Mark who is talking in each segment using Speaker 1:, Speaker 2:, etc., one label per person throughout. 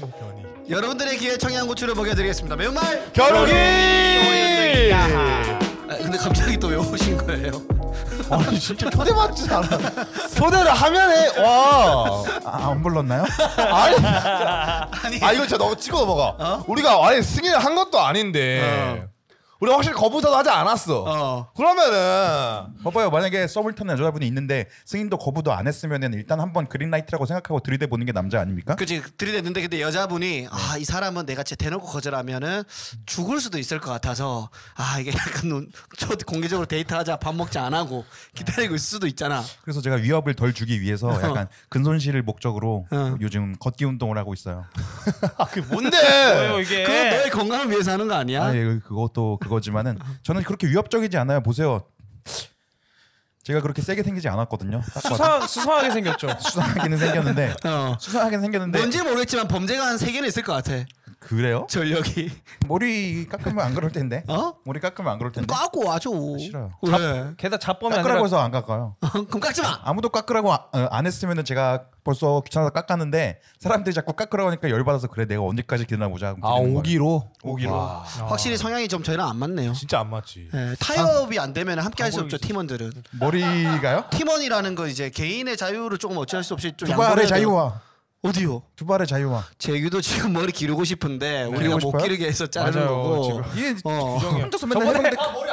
Speaker 1: 경변이
Speaker 2: 여러분들의 귀에 청양고추를 먹여드리겠습니다. 매운말.
Speaker 3: 겨루기
Speaker 2: 아, 근데 갑자기 또 왜 오신 거예요?
Speaker 3: 아니 진짜 초대받지 않아 초대를 하면 해와아
Speaker 1: 아, 안 불렀나요?
Speaker 2: 아니,
Speaker 3: 이거 진짜 너무 찍어 넘어가 우리가 아예 승인을 한 것도 아닌데 우리 가 확실히 거부사도 하지 않았어
Speaker 2: 어.
Speaker 3: 그러면은
Speaker 1: 봐봐요. 만약에 서블턴 여자분이 있는데 승인도 거부도 안 했으면은 일단 한번 그린라이트라고 생각하고 들이대 보는 게 남자 아닙니까?
Speaker 2: 그치 들이댔는데 근데 여자분이 아 이 사람은 내가 진짜 대놓고 거절하면은 죽을 수도 있을 것 같아서 아 이게 약간 눈, 저 공개적으로 데이트하자 밥 먹자 안 하고 기다리고 있을 수도 있잖아.
Speaker 1: 그래서 제가 위협을 덜 주기 위해서 약간 근손실을 목적으로
Speaker 2: 어.
Speaker 1: 요즘 걷기 운동을 하고 있어요.
Speaker 3: 뭔데
Speaker 4: 뭐예요 이게?
Speaker 2: 그거 너의 건강을 위해서 하는 거 아니야?
Speaker 1: 아, 예, 그것도 그거지만은 저는 그렇게 위협적이지 않아요. 보세요. 제가 그렇게 세게 생기지 않았거든요. 딱 봐도.
Speaker 4: 수상 수상하게 생겼죠.
Speaker 1: 수상하기는 생겼는데
Speaker 2: 어.
Speaker 1: 수상하긴 생겼는데
Speaker 2: 뭔지 모르겠지만 범죄가 한 세 개는 있을 것 같아.
Speaker 1: 그래요?
Speaker 2: 전력이
Speaker 1: 머리 깎으면 안 그럴 텐데.
Speaker 2: 어?
Speaker 1: 머리 깎으면 안 그럴 텐데.
Speaker 2: 까고 와줘.
Speaker 1: 네. 싫어요.
Speaker 2: 그래.
Speaker 4: 게다 잡범이 아니라
Speaker 1: 깎으라고 해서 안 깎아요.
Speaker 2: 그럼 깎지 마.
Speaker 1: 아무도 깎으라고 아- 어, 안 했으면은 제가 벌써 귀찮아서 깎았는데 사람들이 자꾸 깎으라고 하니까 열 받아서 그래 내가 언제까지 기다려보자. 하고
Speaker 3: 아
Speaker 1: 기다리는 거예요.
Speaker 3: 오기로
Speaker 1: 오기로.
Speaker 3: 와,
Speaker 2: 확실히 성향이 좀 저희랑 안 맞네요.
Speaker 3: 진짜 안 맞지
Speaker 2: 예, 타협이 안 되면 함께 할 수 없죠 팀원들은.
Speaker 1: 머리가요?
Speaker 2: 팀원이라는 건 이제 개인의 자유를 조금 어찌할 수 없이 좀
Speaker 1: 두발의
Speaker 2: 양보를 해야 돼요.
Speaker 1: 자유와
Speaker 2: 어디요?
Speaker 1: 두발의 자유와
Speaker 2: 재규도 지금 머리 기르고 싶은데 우리가
Speaker 1: 기르고
Speaker 2: 못
Speaker 1: 네, 싶어요?
Speaker 2: 기르게 해서 자르는
Speaker 4: 맞아요,
Speaker 2: 거고.
Speaker 1: 이게
Speaker 2: 어.
Speaker 1: 혼자서 맨날 해봤는데
Speaker 3: 아, 뭐.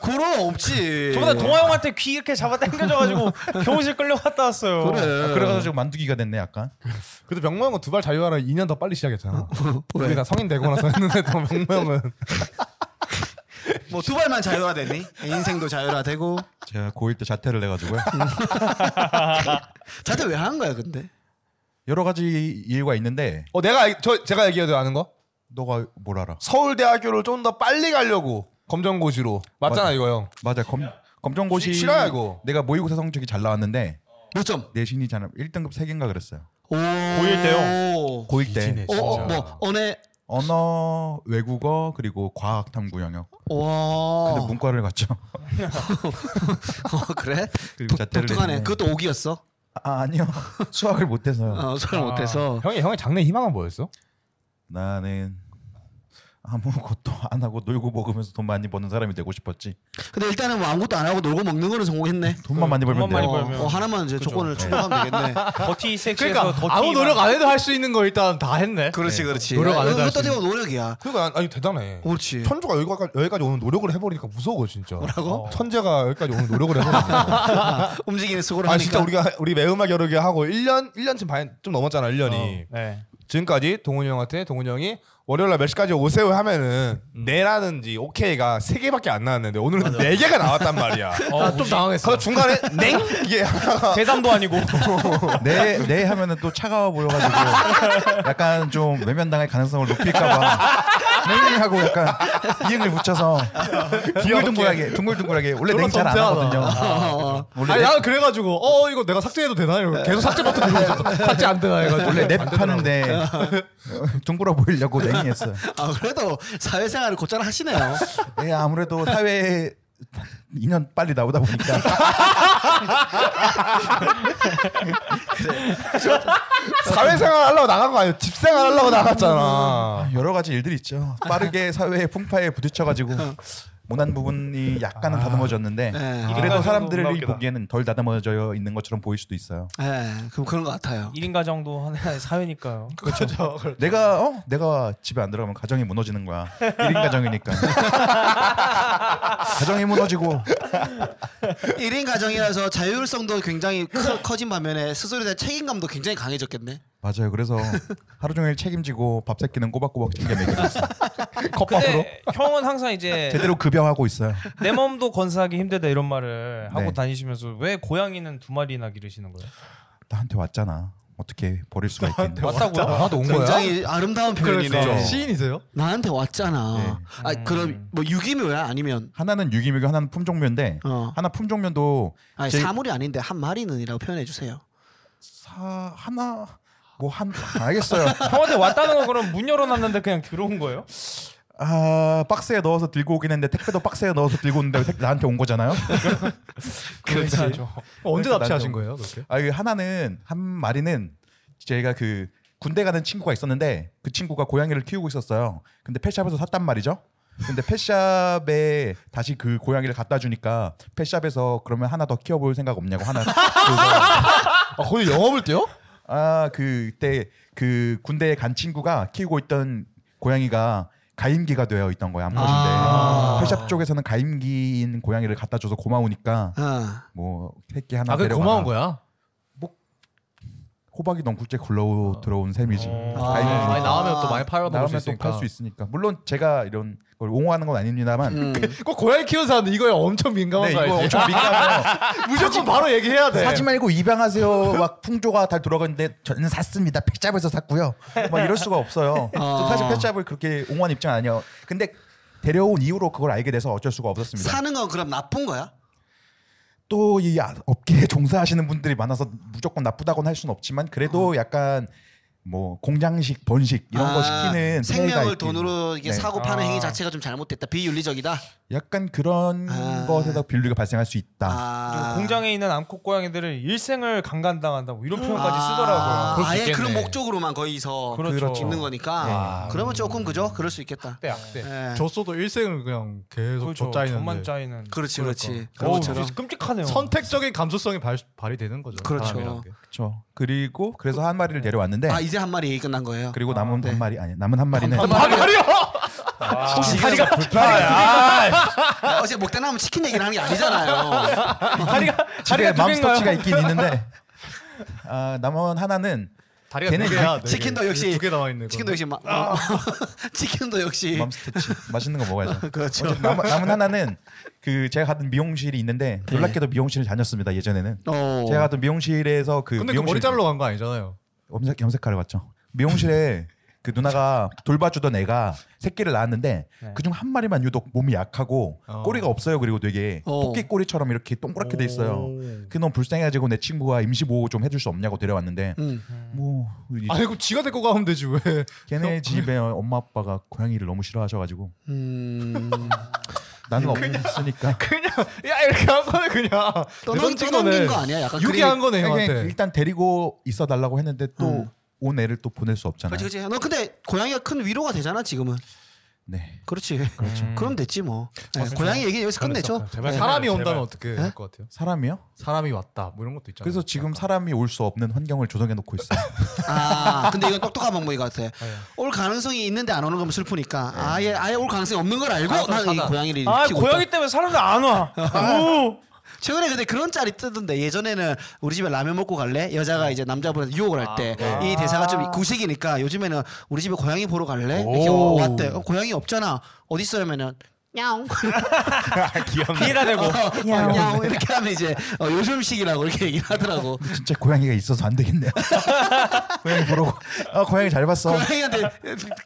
Speaker 2: 그럼 없지.
Speaker 4: 저보다 동아 형한테 귀 이렇게 잡아 당겨져가지고 교무실 끌려갔다 왔어요.
Speaker 2: 그래.
Speaker 3: 네.
Speaker 1: 아, 그래가지고 만두기가 됐네 약간.
Speaker 3: 그래도 병모 형은 두 발 자유화라 2년 더 빨리 시작했잖아 우리 다 성인 되고 나서 했는데 또 병모 형은
Speaker 2: 뭐 두 발만 자유화 되니? 인생도 자유화 되고.
Speaker 1: 제가 고1 때 자퇴를 해가지고요.
Speaker 2: 자태 왜 하는 거야 근데?
Speaker 1: 여러 가지 이유가 있는데
Speaker 3: 어 내가 알- 저 제가 얘기해도 아는 거
Speaker 1: 너가 뭘 알아?
Speaker 3: 서울대학교를 좀 더 빨리 가려고 검정고시로 맞잖아
Speaker 1: 맞아.
Speaker 3: 이거 형
Speaker 1: 맞아 검 검정고시
Speaker 3: 시- 싫어요, 이거.
Speaker 1: 내가 모의고사 성적이 잘 나왔는데
Speaker 2: 몇 점?
Speaker 1: 내신이 잘 1등급 3개인가 그랬어요.
Speaker 2: 오.
Speaker 4: 고일 때요?
Speaker 1: 고1 때
Speaker 3: 미치네.
Speaker 2: 어, 어,
Speaker 3: 진짜.
Speaker 2: 뭐 언어
Speaker 1: 언어 외국어 그리고 과학 탐구 영역
Speaker 2: 와.
Speaker 1: 근데 뭐- 문과를 갔죠.
Speaker 2: 어, 그래?
Speaker 1: 그리고
Speaker 2: 독-
Speaker 1: 자퇴를
Speaker 2: 독특하네.
Speaker 1: 했는데.
Speaker 2: 그것도 오기였어.
Speaker 1: 아 아니요 수학을 못해서요.
Speaker 2: 어, 소를
Speaker 3: 아,
Speaker 2: 못해서.
Speaker 3: 형이 형의 장래 희망은 뭐였어?
Speaker 1: 나는 아무것도 안 하고 놀고 먹으면서 돈 많이 버는 사람이 되고 싶었지.
Speaker 2: 근데 일단은 뭐 아무것도 안 하고 놀고 먹는 거는 성공했네.
Speaker 1: 돈만 많이 벌면
Speaker 4: 돈만 많이
Speaker 1: 돼요.
Speaker 4: 벌-
Speaker 2: 어,
Speaker 4: 벌면.
Speaker 2: 어, 하나만 이제 조건을 충족하면 되겠네.
Speaker 4: 더티 섹시에서 더티
Speaker 3: 그러니까 안 해도 할 수 있는 거 일단 다 했네.
Speaker 2: 그렇지, 그렇지.
Speaker 3: 노력 안 해도 할수
Speaker 2: 이것도 되면 노력이야.
Speaker 3: 그러니까 난- 아니 대단해.
Speaker 2: 그렇지.
Speaker 3: 천주가 여기까지, 여기까지 오는 노력을 해버리니까 무서워 진짜.
Speaker 2: 뭐라고?
Speaker 3: 어. 천재가 여기까지 오는 노력을 해버리니까.
Speaker 2: 움직이는 수고를
Speaker 3: 아
Speaker 2: 하니까.
Speaker 3: 진짜 우리가 우리 매음악 여러 개 하고 1년 1년쯤 반좀 넘었잖아 1년이.
Speaker 4: 네.
Speaker 3: 지금까지 동훈이 형한테 동훈이 형이 월요일날 몇 시까지 오세요 하면은 네라든지 오케이가 세 개밖에 안 나왔는데 오늘은 네 개가 나왔단 말이야.
Speaker 4: 아좀 당황했어.
Speaker 3: 그래서 중간에 냉 이게
Speaker 4: 대상도 아니고.
Speaker 1: 내, 내 네, 하면은 또 차가워 보여가지고 약간 좀 외면당할 가능성을 높일까봐 냉 하고 약간 이응을 붙여서 둥글둥글하게 둥글둥글하게 원래 냉 잘 안 하거든요. 원래
Speaker 3: 아니
Speaker 1: 랩-
Speaker 3: 나는 그래가지고 어 이거 내가 삭제해도 되나 이러고 계속 삭제 버튼 누르고 있었어 삭제 안 되나 해가지고
Speaker 1: 원래 랩 하는데 둥글어 보이려고 냉했어요.
Speaker 2: 아, 그래도 사회생활을 곧잘 하시네요.
Speaker 1: 예, 아무래도 사회에 2년 빨리 나오다 보니까
Speaker 3: 사회생활 하려고 나간 거 아니야 집생활 하려고 나갔잖아
Speaker 1: 여러 가지 일들이 있죠. 빠르게 사회의 풍파에 부딪혀가지고 모난 부분이 약간은 다듬어졌는데
Speaker 2: 네.
Speaker 1: 그래도
Speaker 4: 아,
Speaker 1: 사람들이
Speaker 4: 놀랍게다.
Speaker 1: 보기에는 덜 다듬어져 있는 것처럼 보일 수도 있어요.
Speaker 2: 예, 그럼 그런 것 같아요.
Speaker 4: 1인 가정도 하나의 사회니까요.
Speaker 3: 그렇죠
Speaker 1: 내가 어 내가 집에 안 들어가면 가정이 무너지는 거야. 1인 가정이니까. 가정이 무너지고
Speaker 2: 1인 가정이라서 자율성도 굉장히
Speaker 3: 그러니까.
Speaker 2: 커, 커진 반면에 스스로에 대한 책임감도 굉장히 강해졌겠네.
Speaker 1: 맞아요. 그래서 하루 종일 책임지고 밥 새끼는 꼬박꼬박 챙겨 먹이고 있어.
Speaker 3: 컵밥으로
Speaker 4: 근데 형은 항상 이제
Speaker 1: 제대로 급여하고 있어요.
Speaker 4: 내 몸도 건사하기 힘들다 이런 말을 하고
Speaker 1: 네.
Speaker 4: 다니시면서 왜 고양이는 두 마리나 기르시는 거예요?
Speaker 1: 나한테 왔잖아. 어떻게 버릴 수가 있겠냐.
Speaker 4: 왔다고요?
Speaker 5: 아,
Speaker 3: 나도 온 거야
Speaker 2: 굉장히 아름다운 표현이네.
Speaker 3: 그렇죠. 시인이세요?
Speaker 2: 나한테 왔잖아.
Speaker 3: 네.
Speaker 2: 아, 그럼 뭐 유기묘야 아니면
Speaker 1: 하나는 유기묘고 하나는 품종묘인데
Speaker 2: 어.
Speaker 1: 하나 품종묘도
Speaker 2: 아니,
Speaker 1: 제-
Speaker 2: 사물이 아닌데 한 마리는이라고 표현해 주세요.
Speaker 1: 사 하나 뭐 한 알겠어요.
Speaker 4: 형한테 왔다는 건 그럼 문 열어놨는데 그냥 들어온 거예요?
Speaker 1: 아 박스에 넣어서 들고 오긴 했는데 택배도 박스에 넣어서 들고 오는데 택- 나한테 온 거잖아요.
Speaker 4: 그렇지.
Speaker 3: 어, 언제
Speaker 1: 그러니까
Speaker 3: 납치하신
Speaker 1: 나는-
Speaker 3: 거예요 그렇게?
Speaker 1: 아, 이 하나는 한 마리는 제가 그 군대 가는 친구가 있었는데 그 친구가 고양이를 키우고 있었어요. 근데 펫샵에서 샀단 말이죠. 근데 펫샵에 다시 그 고양이를 갖다 주니까 펫샵에서 그러면 하나 더 키워볼 생각 없냐고 하나
Speaker 5: 아, 거기 영업을 떼요?
Speaker 1: 아 그때 그 군대에 간 친구가 키우고 있던 고양이가 가임기가 되어 있던 거야 암컷인데
Speaker 2: 아.
Speaker 1: 펫샵 쪽에서는 가임기인 고양이를 갖다 줘서 고마우니까
Speaker 2: 어.
Speaker 1: 뭐 새끼 하나
Speaker 5: 아, 그게
Speaker 1: 데려가라.
Speaker 5: 고마운 거야.
Speaker 1: 호박이 넝쿨째 굴러 들어온 셈이지
Speaker 5: 아,
Speaker 1: 가임기
Speaker 2: 아.
Speaker 5: 많이 나오면 또 많이 팔아먹을
Speaker 1: 나오면
Speaker 5: 수
Speaker 1: 또
Speaker 5: 있으니까.
Speaker 1: 팔 수 있으니까 물론 제가 이런 걸 옹호하는 건 아닙니다만
Speaker 2: 음.
Speaker 3: 그러니까.
Speaker 5: 꼭 고양이 키우는 사람들 이거에 엄청
Speaker 1: 네
Speaker 5: 민감한 거
Speaker 1: 이거
Speaker 5: 알지?
Speaker 1: 엄청 민감해요
Speaker 5: 무조건 바로 얘기해야
Speaker 2: 네.
Speaker 5: 돼.
Speaker 1: 사지 말고 입양하세요 막 풍조가 다 돌아가는데 저는 샀습니다 펫잡에서 샀고요 막 이럴 수가 없어요
Speaker 2: 아.
Speaker 1: 저 사실 펫잡을 그렇게 옹호한 입장 아니에요 근데 데려온 이후로 그걸 알게 돼서 어쩔 수가 없었습니다
Speaker 2: 사는 건 그럼 나쁜 거야?
Speaker 1: 또 이 아, 업계에 종사하시는 분들이 많아서 무조건 나쁘다고는 할 수는 없지만 그래도 약간 뭐 공장식 번식 이런
Speaker 2: 아,
Speaker 1: 거 시키는 사례가
Speaker 2: 생명을
Speaker 1: 있긴-
Speaker 2: 돈으로 이게
Speaker 1: 네.
Speaker 2: 사고
Speaker 4: 아.
Speaker 2: 파는 행위 자체가 좀 잘못됐다. 비윤리적이다.
Speaker 1: 약간 그런
Speaker 2: 아.
Speaker 1: 것에다 비윤리가 발생할 수 있다.
Speaker 2: 아.
Speaker 4: 공장에 있는 암컷 고양이들을 일생을 강간당한다 뭐 이런 표현까지
Speaker 2: 아,
Speaker 4: 쓰더라고요.
Speaker 5: 그럴 수
Speaker 2: 아예
Speaker 5: 있겠네.
Speaker 2: 그런 목적으로만 거기서
Speaker 4: 그렇죠.
Speaker 2: 짓는 거니까. 그러면 조금 그죠? 그럴 수 있겠다.
Speaker 3: 때 악대.
Speaker 2: 예.
Speaker 5: 줬어도 일생을 네. 그냥 계속
Speaker 4: 네, 그렇죠.
Speaker 5: 줬짜이는데
Speaker 4: 돈만 짜이는.
Speaker 2: 그렇지, 그렇지. 그렇죠.
Speaker 4: 어우,
Speaker 2: 그것처럼.
Speaker 4: 진짜 끔찍하네요.
Speaker 5: 선택적인 감수성이 발, 발이 되는 거죠.
Speaker 2: 그렇죠.
Speaker 5: 사람이라는 게.
Speaker 1: 그렇죠. 그리고 그래서 한 마리를 데려왔는데
Speaker 2: 아 이제 네. 한 마리 끝난 거예요.
Speaker 1: 그리고 남은 한 마리 아니 남은 한 마리는
Speaker 4: 혹시 다리가
Speaker 2: 아, 어제 먹다 남으면 치킨 얘기를 하는 게 아니잖아요.
Speaker 4: 다리가
Speaker 1: 집에
Speaker 4: 다리가 두 개인가요?
Speaker 1: 맘스터치가 있긴 있는데 아, 남은 하나는
Speaker 5: 다리가
Speaker 1: 걔는
Speaker 5: 네 개야, 네 개.
Speaker 2: 치킨도 역시
Speaker 5: 두개 나와 있는 거.
Speaker 2: 치킨도 역시 막 치킨도 역시
Speaker 1: 맘스터치 맛있는 거 먹어야죠.
Speaker 2: 그렇죠.
Speaker 1: 어쨌든 남, 남은 하나는 그 제가 가던 미용실이 있는데 놀랍게도 미용실을 다녔습니다 예전에는.
Speaker 2: 어.
Speaker 1: 제가 가던 미용실에서 그
Speaker 5: 근데 그
Speaker 1: 미용실
Speaker 5: 머리 자르러 간 거 아니잖아요.
Speaker 1: 염색 염색하러 갔죠. 미용실에 그 누나가 돌봐주던 애가 새끼를 낳았는데
Speaker 4: 네.
Speaker 1: 그중 한 마리만 유독 몸이 약하고
Speaker 5: 어.
Speaker 1: 꼬리가 없어요. 그리고 되게
Speaker 2: 어.
Speaker 1: 토끼 꼬리처럼 이렇게 동그랗게 돼 있어요. 그 너무 불쌍해가지고 내 친구가 임시 보호 좀 해줄 수 없냐고 데려왔는데
Speaker 2: 음.
Speaker 1: 뭐 이-
Speaker 5: 아니 그 지가 데리고 가면 되지 왜?
Speaker 1: 걔네 집에 엄마 아빠가 고양이를 너무 싫어하셔가지고
Speaker 2: 음.
Speaker 1: 나는 없으니까
Speaker 5: 그냥 야 이렇게 한 거네 그냥.
Speaker 2: 떠넘,
Speaker 5: 내던진
Speaker 2: 떠넘긴
Speaker 5: 거네.
Speaker 2: 거 아니야? 약간
Speaker 5: 유기한
Speaker 2: 그림-
Speaker 5: 거네
Speaker 1: 그냥
Speaker 5: 형한테. 음.
Speaker 1: 일단 데리고 있어 달라고 했는데 또 온 애를 또 보낼 수 없잖아요.
Speaker 2: 그렇지, 그렇지. 너 근데 고양이가 큰 위로가 되잖아 지금은.
Speaker 1: 네.
Speaker 2: 그렇지. 그럼 됐지 뭐. 네,
Speaker 5: 맞습니다.
Speaker 2: 고양이 얘기 여기서 끝내죠.
Speaker 5: 아, 제발
Speaker 2: 네.
Speaker 5: 사람이
Speaker 4: 제발.
Speaker 5: 온다면 어떻게 할 것 같아요?
Speaker 1: 사람이요?
Speaker 5: 사람이 왔다 뭐 이런 것도 있잖아요.
Speaker 1: 그래서 지금 사람이 올 수 없는 환경을 조성해 놓고 있어요.
Speaker 2: 아, 근데 이건 똑똑한 방법인 것 같아. 올 가능성이 있는데 안 오는 거면 슬프니까 아예 네. 아예 올 가능성이 없는 걸 알고 나는 이 고양이를
Speaker 4: 아
Speaker 2: 키우고
Speaker 4: 고양이
Speaker 2: 있다.
Speaker 4: 때문에 사람들 안 와. 오.
Speaker 2: 최근에 근데 그런 짤이 뜨던데 예전에는 우리 집에 라면 먹고 갈래? 여자가 이제 남자분한테 유혹을 할 때 이 대사가 좀 구식이니까 요즘에는 우리 집에 고양이 보러 갈래? 이렇게
Speaker 5: 오.
Speaker 2: 왔대. 어, 고양이 없잖아. 어디 있어? 하면은 냐옹.
Speaker 4: 피해가 되고.
Speaker 2: 어, 냐옹 이렇게 하면 이제 어, 요즘식이라고 이렇게 얘기를 하더라고.
Speaker 1: 진짜 고양이가 있어서 안 되겠네요. 고양이 보라고. 아 고양이 잘
Speaker 5: 뭐.
Speaker 1: 봤어.
Speaker 2: 고양이한테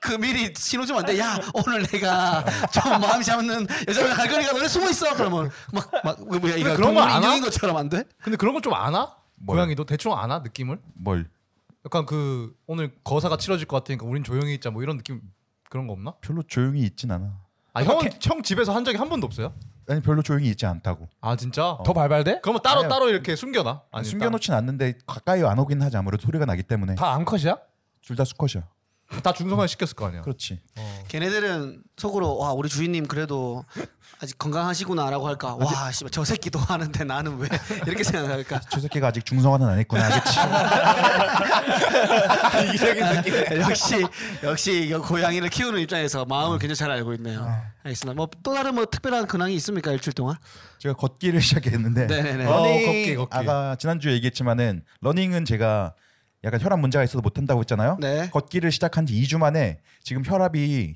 Speaker 2: 그 미리 신호 좀 안 돼. 야 오늘 내가 좀 마음 잡는 여자랑 갈 거니까 너네 숨어 있어. 그러면 막막 뭐야 이거
Speaker 5: 그런
Speaker 2: 동물
Speaker 5: 거안
Speaker 2: 인형인
Speaker 5: 와?
Speaker 2: 것처럼 안 돼?
Speaker 5: 근데 그런 걸 좀 아나?
Speaker 1: 뭐요?
Speaker 5: 고양이도 대충 아나 느낌을?
Speaker 1: 뭘?
Speaker 5: 약간 그 오늘 거사가 치러질 것 같으니까 우린 조용히 있자 뭐 이런 느낌 그런 거 없나?
Speaker 1: 별로 조용히 있진 않아.
Speaker 5: 아 형은 형 집에서 한 적이 한 번도 없어요?
Speaker 1: 아니 별로 조용히 있지 않다고.
Speaker 5: 아 진짜?
Speaker 1: 더
Speaker 5: 발발돼? 그러면 따로
Speaker 1: 아니요.
Speaker 5: 따로 이렇게 숨겨놔. 아니,
Speaker 1: 숨겨놓진 않는데 가까이 안 오긴 하지 아무래도 소리가 나기 때문에
Speaker 5: 다 암컷이야?
Speaker 1: 둘 다 수컷이야.
Speaker 5: 다 중성화 시켰을 거 아니야.
Speaker 1: 그렇지.
Speaker 2: 걔네들은 속으로 와 우리 주인님 그래도 아직 건강하시구나라고 할까. 와 씨발 저 새끼도 하는데 나는 왜 이렇게 생각할까?
Speaker 1: 저 새끼가 아직 중성화는 안 했구나. 그치?
Speaker 2: 역시 역시 이거 고양이를 키우는 입장에서 마음을 굉장히 잘 알고 있네요.
Speaker 5: 어.
Speaker 2: 알겠습니다. 뭐 또 다른 뭐 특별한 근황이 있습니까 일주일 동안?
Speaker 1: 제가 걷기를 시작했는데
Speaker 2: 네네네.
Speaker 5: 어,
Speaker 1: 러닝
Speaker 5: 걷기, 걷기.
Speaker 1: 아까 지난주에 얘기했지만은 러닝은 제가 약간 혈압 문제가 있어서 못 한다고 했잖아요.
Speaker 2: 네.
Speaker 1: 걷기를 시작한 지 2주 만에 지금 혈압이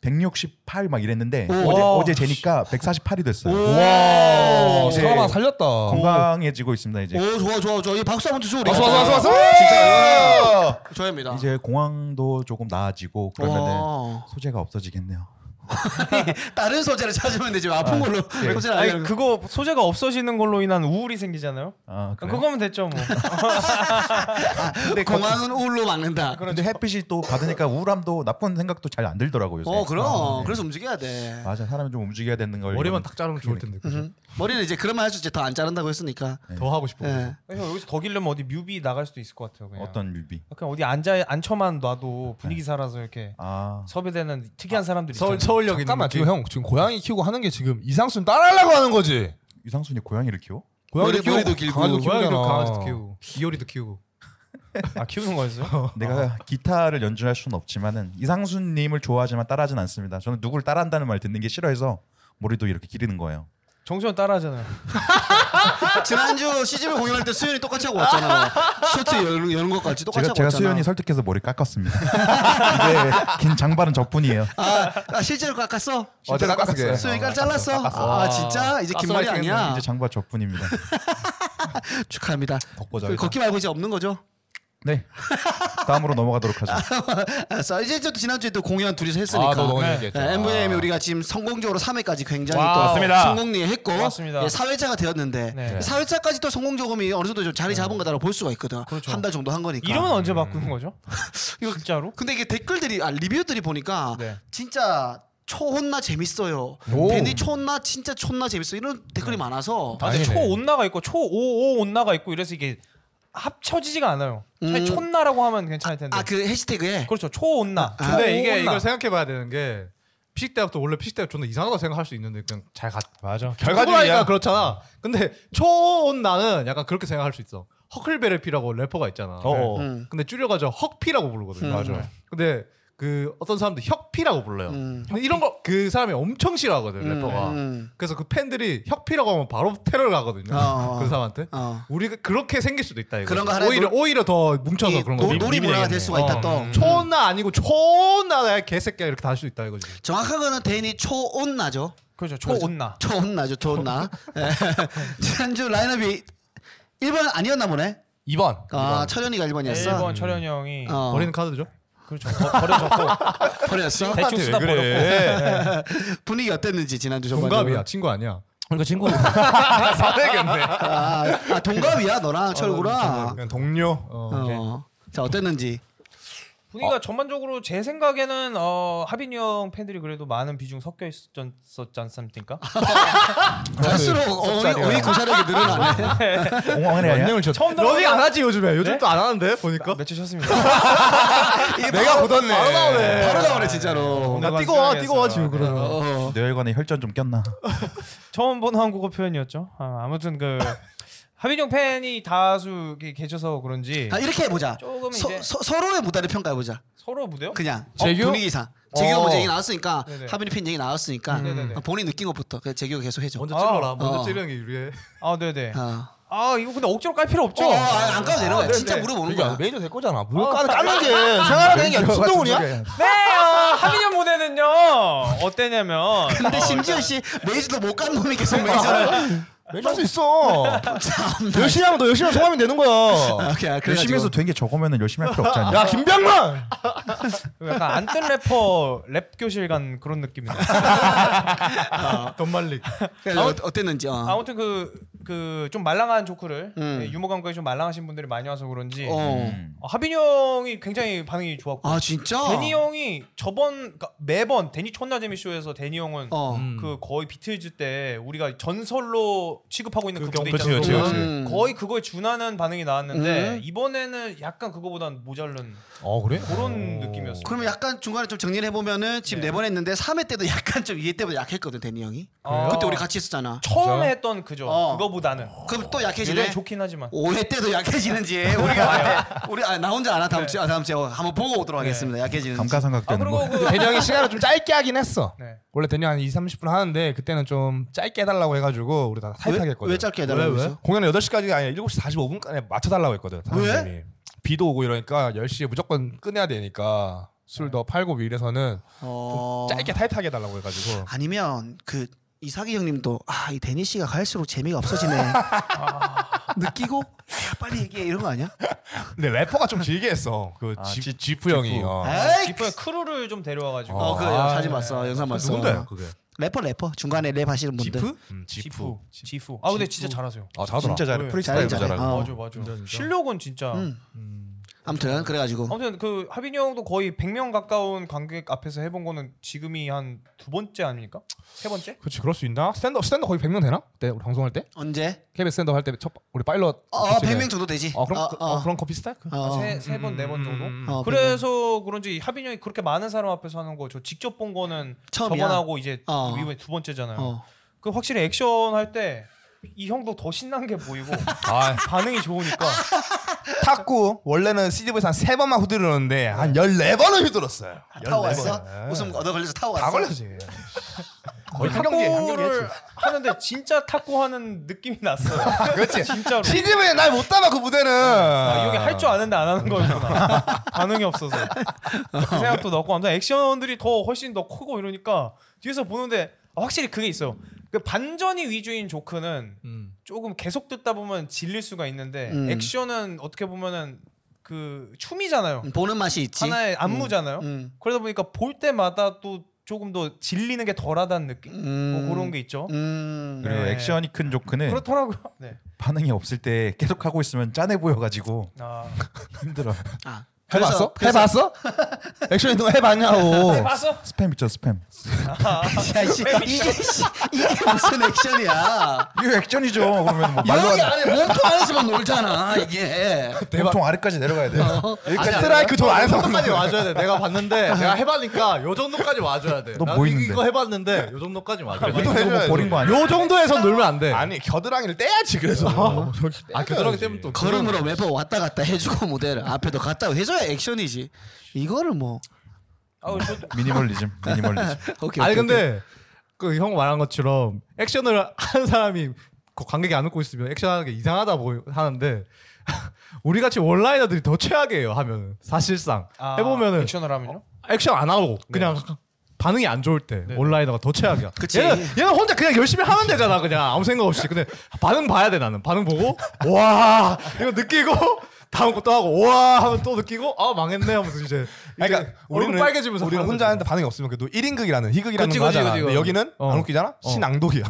Speaker 1: 168 막 이랬는데
Speaker 2: 오.
Speaker 1: 어제
Speaker 2: 와.
Speaker 1: 어제 재니까 148이 됐어요.
Speaker 4: 네.
Speaker 5: 와,
Speaker 1: 이제
Speaker 5: 사람 살렸다.
Speaker 1: 건강해지고 있습니다 이제.
Speaker 2: 오 좋아 좋아 좋아. 이 박수 한번 주죠 우리.
Speaker 5: 왔어 왔어 왔어 왔어.
Speaker 2: 좋아입니다.
Speaker 1: 이제 공황도 조금 나아지고 그러면은
Speaker 2: 오.
Speaker 1: 소재가 없어지겠네요.
Speaker 2: 아니, 다른 소재를 찾으면 되지 왜 아픈 걸로 소재를 안
Speaker 4: 아니
Speaker 2: 하려고.
Speaker 4: 그거 소재가 없어지는 걸로 인한 우울이 생기잖아요.
Speaker 1: 아, 그래요?
Speaker 4: 그거면 됐죠 뭐.
Speaker 1: 근데 거-
Speaker 2: 공항은 우울로 막는다.
Speaker 5: 그렇죠.
Speaker 1: 근데 햇빛이 또 받으니까 우울함도 나쁜 생각도 잘 안 들더라고요. 요새.
Speaker 2: 어 그럼
Speaker 1: 아, 네.
Speaker 2: 그래서 움직여야 돼.
Speaker 1: 맞아 사람이 좀 움직여야 되는
Speaker 3: 그러니까
Speaker 1: 걸
Speaker 5: 머리만
Speaker 1: 이거는-
Speaker 5: 딱 자르면 좋을 텐데. 그죠?
Speaker 2: 음. 머리는 이제 그런 말 해주지 더 안 자른다고 했으니까.
Speaker 5: 더 하고
Speaker 3: 네.
Speaker 5: 싶어.
Speaker 2: 예.
Speaker 4: 그래서 여기서 더 길려면 어디 뮤비 나갈 수도 있을 것 같아요. 그냥.
Speaker 1: 어떤 뮤비
Speaker 4: 그냥 어디 앉아 앉혀만 놔도 분위기 살아서 이렇게
Speaker 1: 아
Speaker 4: 섭외되는 특이한 사람들이
Speaker 5: 서울
Speaker 4: 네. 있잖아요.
Speaker 5: 서울역 있는
Speaker 3: 잠깐만
Speaker 5: 느낌.
Speaker 3: 지금 형 지금 고양이 키우고 하는 게 지금 이상순 따라하려고 하는 거지.
Speaker 1: 유상순이 고양이를 키워?
Speaker 3: 고양이도
Speaker 2: 머리-
Speaker 3: 키우고
Speaker 2: 머리도 길고.
Speaker 3: 강아지도
Speaker 5: 고양이도
Speaker 3: 키우잖아.
Speaker 5: 강아지도 키우고 이효리도 키우고.
Speaker 4: 아 키우는 거였어요?
Speaker 1: 내가 기타를 연주할 수는 없지만은 이상순님을 좋아하지만 따라하진 않습니다. 저는 누굴 따라한다는 말 듣는 게 싫어해서 머리도 이렇게 기르는 거예요.
Speaker 4: 정수현 따라하잖아요.
Speaker 2: 지난주 시집을 공연할 때 수연이 똑같이 하고 왔잖아. 셔츠 여는, 여는 것 같이 똑같이
Speaker 1: 제가
Speaker 2: 하고
Speaker 1: 제가
Speaker 2: 왔잖아.
Speaker 1: 수연이 설득해서 머리 깎았습니다. 이제 긴 장발은 저뿐이에요.
Speaker 2: 아, 아 실제로 깎았어?
Speaker 3: 어제 깎았어요.
Speaker 2: 수연이가 잘랐어? 아 진짜? 이제 긴
Speaker 5: 깎았어,
Speaker 2: 머리
Speaker 5: 깎이겠네.
Speaker 2: 아니야?
Speaker 1: 이제 장발 저뿐입니다.
Speaker 2: 축하합니다.
Speaker 3: 걷고
Speaker 2: 그
Speaker 3: 자기.
Speaker 2: 걷기 말고 이제 없는 거죠?
Speaker 1: 네. 다음으로 넘어가도록 하죠.
Speaker 2: 알았어. 아, 이제 또 지난주에 또 공연 둘이서 했으니까.
Speaker 3: 아, 너 너무
Speaker 4: 네.
Speaker 3: 얘기했잖아.
Speaker 2: 네, MVM이 우리가 지금 성공적으로 3회까지 굉장히
Speaker 4: 와우.
Speaker 2: 또
Speaker 4: 맞습니다.
Speaker 2: 성공리했고
Speaker 4: 맞습니다.
Speaker 2: 예, 4회차가 되었는데
Speaker 4: 네.
Speaker 2: 4회차까지 또 성공적음이 어느 정도 좀 자리 잡은 거다라고 볼 수가 있거든.
Speaker 4: 그렇죠.
Speaker 2: 한 달 정도 한 거니까.
Speaker 4: 이름은 언제 바꾸는 거죠?
Speaker 2: 이거-
Speaker 4: 음. 진짜로?
Speaker 2: 근데 이게 댓글들이 아 리뷰들이 보니까
Speaker 4: 네.
Speaker 2: 진짜 초혼나 재밌어요.
Speaker 3: 오.
Speaker 2: 밴디 초혼나 진짜 초혼나 재밌어. 이런 댓글이 많아서
Speaker 4: 아, 근데
Speaker 3: 다행이네.
Speaker 4: 초온나가 있고 초오오 온나가 있고 이래서 이게 합쳐지지가 않아요. 차라리
Speaker 2: 음.
Speaker 4: 촌나라고 하면 괜찮을 텐데.
Speaker 2: 아 그 해시태그에
Speaker 4: 그렇죠. 초온나.
Speaker 2: 아,
Speaker 5: 근데
Speaker 4: 초오온나.
Speaker 5: 이게 이걸 생각해봐야 되는 게 피식대학도 원래 피식대학 존나 이상하다고 생각할 수 있는데 그냥 잘 갔.
Speaker 3: 맞아. 결과적이야.
Speaker 5: 결과니까 그렇잖아. 근데 초온 나는 약간 그렇게 생각할 수 있어. 허클베리피라고 래퍼가 있잖아.
Speaker 3: 어. 어.
Speaker 2: 음.
Speaker 5: 근데 줄여가지고 헉피라고 부르거든.
Speaker 2: 음.
Speaker 3: 맞아.
Speaker 5: 근데 그 어떤 사람들 혁피라고 불러요.
Speaker 2: 음.
Speaker 5: 근데 이런 거 그 사람이 엄청 싫어하거든 래퍼가.
Speaker 2: 음.
Speaker 5: 그래서 그 팬들이 혁피라고 하면 바로 테러를 가거든요.
Speaker 2: 어, 어.
Speaker 5: 그 사람한테.
Speaker 2: 어.
Speaker 5: 우리가 그렇게 생길 수도 있다 이거.
Speaker 2: 그런 거 하나
Speaker 5: 오히려
Speaker 2: 해볼-
Speaker 5: 오히려 더
Speaker 2: 이
Speaker 5: 뭉쳐서 그런
Speaker 2: 노-
Speaker 5: 거.
Speaker 2: 놀이 문화가 될 수가 있다 또.
Speaker 5: 음. 초나 아니고 초나야 개새끼야 이렇게 다 할 수 있다 이거지.
Speaker 2: 정확한 거는 대인이 초온나죠.
Speaker 4: 그렇죠. 초온나.
Speaker 2: 초온나죠. 초온나. 예. 지난주 라인업이 1번 아니었나 보네.
Speaker 3: 2번.
Speaker 5: 그러니까
Speaker 2: 아 철현이가 1번이었어.
Speaker 4: 네, 일본 철현이 형이
Speaker 2: 어.
Speaker 5: 버리는 카드죠.
Speaker 4: 그렇죠. 버, 버려졌고
Speaker 2: 버렸어.
Speaker 4: 대충 쓰다 버렸고.
Speaker 5: 네.
Speaker 3: 버렸고. 네.
Speaker 2: 분위기 어땠는지 지난주 전반적으로.
Speaker 5: 동갑이야 친구 아니야.
Speaker 3: 그러니까 친구. 사대겠네.
Speaker 2: 아, 아 동갑이야 너랑 철구랑.
Speaker 3: 그냥 동료.
Speaker 5: 어.
Speaker 2: 어. 자 어땠는지.
Speaker 4: 분위기가
Speaker 2: 어.
Speaker 4: 전반적으로 제 생각에는 어, 하빈이 형 팬들이 그래도 많은 비중 섞여 있었지 않습니까?
Speaker 2: 아, 갈수록 어휘 어휘 구사력이 늘어나네.
Speaker 1: 옹호하네 아니야?
Speaker 3: 안녕을 쳤.
Speaker 4: 처음
Speaker 5: 러닝 안
Speaker 4: 들어가면
Speaker 5: 하지 요즘에 요즘
Speaker 4: 네?
Speaker 5: 또 안 하는데 보니까.
Speaker 4: 며칠 쉬었습니다.
Speaker 2: 이게
Speaker 3: 내가 굳었네.
Speaker 5: 바로 나오네.
Speaker 2: 바로 나오네 진짜로.
Speaker 5: 나
Speaker 4: 뭔가
Speaker 5: 뛰고 와
Speaker 4: 생각했어요.
Speaker 5: 뛰고 와 지금 그러면.
Speaker 2: 어.
Speaker 1: 뇌혈관에 혈전 좀 꼈나?
Speaker 4: 처음 본 한국어 표현이었죠. 아, 아무튼 그 하빈이 형 팬이 다수 게- 계셔서 그런지
Speaker 2: 아, 이렇게 해보자.
Speaker 4: 조금은
Speaker 2: 서,
Speaker 4: 이제-
Speaker 2: 서, 서로의 무대를 평가해보자.
Speaker 4: 서로 무대요?
Speaker 2: 그냥
Speaker 3: 재규?
Speaker 2: 어, 분위기상. 재규가
Speaker 3: 어.
Speaker 2: 먼저 얘기 나왔으니까
Speaker 4: 네네. 음.
Speaker 2: 하빈이 팬 얘기 나왔으니까 어,
Speaker 4: 네네네.
Speaker 2: 본인 느낀 것부터 그냥 재규가 계속 해줘.
Speaker 5: 먼저 찔러라.
Speaker 4: 아,
Speaker 5: 먼저
Speaker 2: 어.
Speaker 5: 찌르는 게 유리해.
Speaker 4: 아 네네.
Speaker 2: 아.
Speaker 4: 아 이거 근데 억지로 깔 필요 없죠.
Speaker 2: 어, 아, 안 까도 되는 거야.
Speaker 4: 아, 네네.
Speaker 2: 진짜 물어보는 거야.
Speaker 3: 메이저 그러니까 될 거잖아. 뭘 까는 까는 게 생활하는 게 아니라 운동이야.
Speaker 4: 네, 어, 하빈이 형 무대는요 어땠냐면
Speaker 2: 근데 심지어 씨 메이저도 못 간 놈이 계속 메이저를.
Speaker 3: 메이저 할수 있어.
Speaker 2: 참.
Speaker 3: 열심히 하면 더 열심히 성함이 되는 거야.
Speaker 2: 오케이, 아,
Speaker 1: 열심히 해서
Speaker 2: 그래가지고.
Speaker 1: 된 게 적으면 열심히 할 필요 없지 않냐?
Speaker 3: 야 김병만.
Speaker 4: 그 약간 안 뜬 래퍼 랩 교실 간 그런 느낌이네.
Speaker 2: 아.
Speaker 5: 덤말릭.
Speaker 2: 그래가지고 어, 어땠는지. 어.
Speaker 4: 아무튼 그 그 좀 말랑한 조크를
Speaker 2: 음.
Speaker 4: 예, 유머 감각이 좀 말랑하신 분들이 많이 와서 그런지
Speaker 2: 어.
Speaker 4: 어, 하빈이 형이 굉장히 반응이 좋았고
Speaker 2: 아 진짜.
Speaker 4: 데니 형이 저번 그러니까 매번 데니 촌나재미 쇼에서 데니 형은
Speaker 2: 어.
Speaker 4: 그 거의 비틀즈 때 우리가 전설로 취급하고 있는 그,
Speaker 5: 그
Speaker 4: 무대
Speaker 5: 경-
Speaker 4: 있잖아요.
Speaker 3: 그치, 그치,
Speaker 2: 그치.
Speaker 4: 거의 그거에 준하는 반응이 나왔는데
Speaker 2: 음.
Speaker 4: 이번에는 약간 그거보단 모자른
Speaker 3: 어 그래?
Speaker 4: 그런 느낌이었어요.
Speaker 2: 그러면 약간 중간에 좀 정리를 해보면은 지금 네 번 했는데 3회 때도 약간 좀 2회 때보다 약했거든 대니 형이.
Speaker 4: 아.
Speaker 2: 그때 우리 같이 했었잖아.
Speaker 4: 처음에 했던 그죠
Speaker 2: 어.
Speaker 4: 그거보다는
Speaker 2: 그럼 또
Speaker 4: 굉장히
Speaker 2: 약해지네.
Speaker 4: 좋긴 하지만
Speaker 2: 5회 때도 약해지는지 우리가 우리 아, 나 혼자 알아
Speaker 3: 네.
Speaker 2: 다음 주 아, 다음 주에 한번 보고 오도록 하겠습니다. 약해지는지.
Speaker 1: 감가상각
Speaker 4: 아
Speaker 1: 되는 거.
Speaker 4: 그리고 그
Speaker 3: 대령이 시간을 좀 짧게 하긴 했어.
Speaker 4: 네.
Speaker 3: 원래 대령 한 2, 30분 하는데 그때는 좀 짧게 해달라고 해가지고 우리 다
Speaker 2: 왜,
Speaker 3: 타이트하게 했거든.
Speaker 2: 왜 짧게 해달라고 했어?
Speaker 3: 공연은 8시까지가 아니라 7시 45분까지 맞춰달라고 했거든. 사장님이. 비도 오고 이러니까 10시에 무조건 끊어야 되니까 술더 팔고 뭐 이래서는
Speaker 2: 어...
Speaker 3: 짧게 타이트하게 해달라고 해가지고
Speaker 2: 아니면 그 이사기 형님도 아 이 데니 씨가 갈수록 재미가 없어지네
Speaker 3: 아.
Speaker 2: 느끼고 야, 빨리 얘기해 이런 거 아니야?
Speaker 3: 근데 래퍼가 좀 길게 했어. 그
Speaker 1: 아,
Speaker 3: 지,
Speaker 1: 지-
Speaker 3: 지프 형이.
Speaker 1: 지프.
Speaker 3: 어.
Speaker 2: 에이
Speaker 4: 이번에 네, 크루를 좀 데려와가지고
Speaker 2: 어, 그
Speaker 3: 아,
Speaker 2: 사진 봤어 영상 봤어
Speaker 3: 누군데? 그게.
Speaker 2: 래퍼 래퍼 중간에 랩 하시는 분들
Speaker 3: 지프? 음,
Speaker 4: 지프
Speaker 3: 지프.
Speaker 4: 지프 아 근데 진짜 잘하세요
Speaker 3: 아 잘하더라.
Speaker 1: 진짜 잘해.
Speaker 4: 네.
Speaker 1: 프리스타일도
Speaker 2: 잘해, 잘해.
Speaker 1: 잘하고.
Speaker 2: 어.
Speaker 4: 맞아 맞아 실력은
Speaker 3: 어.
Speaker 4: 진짜
Speaker 2: 음. 아무튼 그래가지고
Speaker 4: 아무튼 그 하빈이 형도 거의 100명 가까운 관객 앞에서 해본 거는 지금이 한 두 번째 아닙니까? 세 번째?
Speaker 3: 그렇지 그럴 수 있나? 스탠더 스탠더 거의 100명 되나? 그때 우리 방송할 때?
Speaker 2: 언제?
Speaker 3: KBS 스탠더 할 때 첫 우리 파일럿.
Speaker 1: 아,
Speaker 2: 어,
Speaker 3: 같이
Speaker 2: 100명 정도 되지.
Speaker 3: 어 그럼
Speaker 2: 어,
Speaker 3: 그,
Speaker 2: 어.
Speaker 3: 어, 그런 거 비슷할? 그-
Speaker 2: 어.
Speaker 4: 세 세 번 네 번 정도.
Speaker 2: 어,
Speaker 4: 그래서 그런지 하빈이 형이 그렇게 많은 사람 앞에서 하는 거 저 직접 본 거는
Speaker 2: 처음이야.
Speaker 4: 저번하고 이제 그
Speaker 2: 어.
Speaker 4: 이번에 두 번째잖아요.
Speaker 2: 어.
Speaker 4: 그 확실히 액션 할 때 이 형도 더 신난 게 보이고
Speaker 3: 아
Speaker 4: 반응이 좋으니까
Speaker 3: 탁구 원래는 CD부에서 한 세 번만 후드렸는데 한 14번을 휘둘었어요.
Speaker 2: 아, 타고 왔어?
Speaker 3: 14번.
Speaker 2: 웃음 얻어 걸려서 타고 왔어?
Speaker 3: 다 걸렸지. 거의 한 경기 한 경기 했지.
Speaker 4: 탁구를 하는데 진짜 탁구 하는 느낌이 났어요.
Speaker 3: 그렇지.
Speaker 4: 진짜로.
Speaker 3: CD부에 날 못 담아 그 무대는.
Speaker 4: 아, 이게 할 줄 아는데 안 하는 거였구나. 반응이 없어서. 그 생각도 넣고 아무튼 액션들이 더 훨씬 더 크고 이러니까 뒤에서 보는데 아, 확실히 그게 있어요. 그 반전이 위주인 조크는
Speaker 5: 음.
Speaker 4: 조금 계속 듣다 보면 질릴 수가 있는데
Speaker 2: 음.
Speaker 4: 액션은 어떻게 보면은 그 춤이잖아요.
Speaker 2: 음, 보는 맛이 있지.
Speaker 4: 하나의 안무잖아요.
Speaker 2: 음.
Speaker 4: 그러다 보니까 볼 때마다 또 조금 더 질리는 게 덜하다는 느낌?
Speaker 2: 음.
Speaker 4: 뭐 그런 게 있죠.
Speaker 2: 음.
Speaker 1: 그리고
Speaker 4: 네.
Speaker 1: 액션이 큰 조크는
Speaker 4: 그렇더라고요. 네.
Speaker 1: 반응이 없을 때 계속 하고 있으면 짠해 보여가지고
Speaker 4: 아.
Speaker 1: 힘들어.
Speaker 2: 아.
Speaker 3: 해봤어?
Speaker 2: 그래서-
Speaker 3: 해봤어? 액션 운동 해봤냐고.
Speaker 4: 봤어?
Speaker 1: 스팸 있죠 스팸.
Speaker 2: 야, 이 씨, 이게 씨, 이게 무슨 액션이야?
Speaker 1: 이거 액션이죠. 그러면 뭐 말로
Speaker 2: 여기
Speaker 1: 안
Speaker 2: 안에 몸통 안에서만 놀잖아 이게.
Speaker 1: 보통 아래까지 내려가야 돼.
Speaker 3: 어.
Speaker 5: 아니, 아니,
Speaker 3: 스트라이크 돌 안에서
Speaker 5: 까지 와줘야 돼. 내가 봤는데 내가 해봤으니까 요 정도까지 와줘야 돼.
Speaker 1: 너뭐
Speaker 5: 나도
Speaker 1: 있는데?
Speaker 5: 이거 해봤는데 요 정도까지 와줘.
Speaker 1: 이거 뭐 버린 거 아니야?
Speaker 5: 요 정도에선 놀면 안 돼.
Speaker 3: 아니 겨드랑이를 떼야지 그래서.
Speaker 5: 아 겨드랑이 때문에 또
Speaker 2: 걸음으로 래퍼 왔다 갔다 해주고 무대를 앞에도 갔다 해줘야 액션이지. 이거를 뭐.
Speaker 4: 아우 저
Speaker 1: 미니멀리즘, 미니멀리즘.
Speaker 2: 오케이. 오케이,
Speaker 5: 아니
Speaker 2: 오케이.
Speaker 5: 근데 그 형 말한 것처럼 액션을 하는 사람이 그 관객이 안 웃고 있으면 액션하는 게 이상하다 보 하는데 우리 같이 원라이너들이 더 최악이에요 하면은 사실상
Speaker 4: 아,
Speaker 5: 해보면은
Speaker 4: 액션을 하면요?
Speaker 5: 액션 안
Speaker 3: 네.
Speaker 5: 하고 그냥 반응이 안 좋을 때 온라인어가 더 최악이야.
Speaker 2: 그치.
Speaker 5: 얘는, 얘는 혼자 그냥 열심히 하면 되잖아 그냥 아무 생각 없이. 근데 반응 봐야 돼 나는. 반응 보고 와 이거 느끼고 다음 것도 하고 와 하면 또 느끼고 아 망했네 하면서 이제
Speaker 3: 그러니까
Speaker 5: 우리는
Speaker 3: 우리는
Speaker 5: 빨개지면서
Speaker 3: 우리는
Speaker 5: 하면
Speaker 3: 혼자
Speaker 5: 되잖아.
Speaker 3: 하는데 반응이 없으면 그래도 1인극이라는 희극이라는
Speaker 5: 그치,
Speaker 3: 거
Speaker 5: 그치,
Speaker 3: 하잖아. 근데
Speaker 5: 그치, 그치.
Speaker 3: 여기는
Speaker 5: 어.
Speaker 3: 안 웃기잖아. 신앙독이야.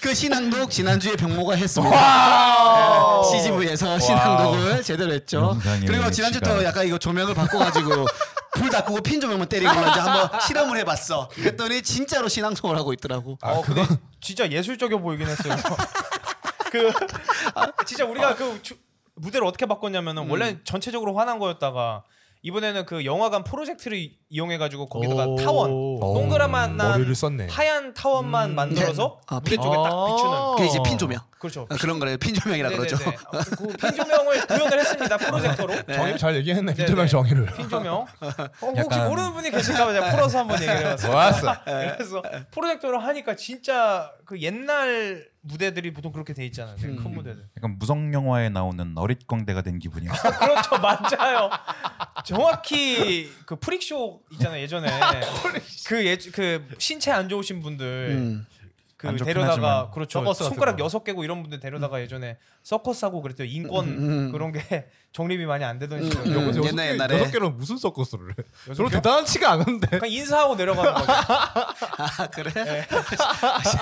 Speaker 2: 그 신앙독 지난주에 병모가 했습니다.
Speaker 5: 아!
Speaker 3: 와우.
Speaker 2: CGV에서 신앙독을 제대로 했죠.
Speaker 1: 영상의
Speaker 2: 그리고 지난주부터
Speaker 1: 시간.
Speaker 2: 약간 이거 조명을 바꿔가지고 불 다 끄고 핀 조명만 때리고 이제 한번 실험을 해봤어. 그랬더니 진짜로 신앙송을 하고 있더라고.
Speaker 4: 어, 그건 진짜 예술적이어 보이긴 했어요. 그 진짜 우리가 그 주- 무대를 어떻게 바꿨냐면은 원래 전체적으로 환한 거였다가 이번에는 그 영화관 프로젝트를 이- 이용해가지고 거기다가
Speaker 5: 오.
Speaker 4: 타원 동그라만
Speaker 3: 머리를 썼네.
Speaker 4: 하얀 타원만 만들어서
Speaker 2: 네. 아,
Speaker 4: 무대 쪽에 딱 비추는
Speaker 2: 그게 이제 핀 조명.
Speaker 4: 그렇죠.
Speaker 2: 아, 그런 거래요. 핀 조명이라
Speaker 4: 네네네.
Speaker 2: 그러죠.
Speaker 4: 어, 그핀 조명을 구현을 했습니다 프로젝터로.
Speaker 3: 정의를 잘 얘기했네.
Speaker 4: 네,
Speaker 3: 김태명
Speaker 4: 네.
Speaker 3: 정의를.
Speaker 4: 핀 조명. 어, 혹시
Speaker 1: 약간- 뭐?
Speaker 4: 모르는 분이 계실까봐 제가 풀어서 한번 얘기를 해봤어요.
Speaker 3: 좋았어.
Speaker 4: 그래서 프로젝터로 하니까 진짜 그 옛날 무대들이 보통 그렇게 돼 있잖아요. 되게
Speaker 2: 음.
Speaker 4: 큰 무대들.
Speaker 1: 약간 무성 영화에 나오는 어릿광대가 된 기분이야.
Speaker 4: 그렇죠, 맞아요. 정확히 그 프릭쇼 있잖아요 예전에 그, 예, 그 신체 안 좋으신 분들
Speaker 2: 음.
Speaker 4: 그
Speaker 1: 안 좋긴
Speaker 4: 데려다가
Speaker 1: 하지만. 음.
Speaker 4: 그렇죠
Speaker 5: 서커스 같은
Speaker 4: 손가락
Speaker 5: 거.
Speaker 4: 여섯 개고 이런 분들 데려다가 예전에 서커스 하고 그랬대요 인권 그런 게 정립이 많이 안 되던 시절.
Speaker 2: 음.
Speaker 4: 음.
Speaker 5: 여섯
Speaker 2: 옛날,
Speaker 5: 개-
Speaker 2: 옛날에.
Speaker 5: 어, 여섯 개로 무슨 서커스를 해?
Speaker 4: 여섯
Speaker 5: 별로
Speaker 4: 개요?
Speaker 5: 대단치가 않은데.
Speaker 4: 그냥 인사하고 내려가는 거죠.
Speaker 2: 아 그래?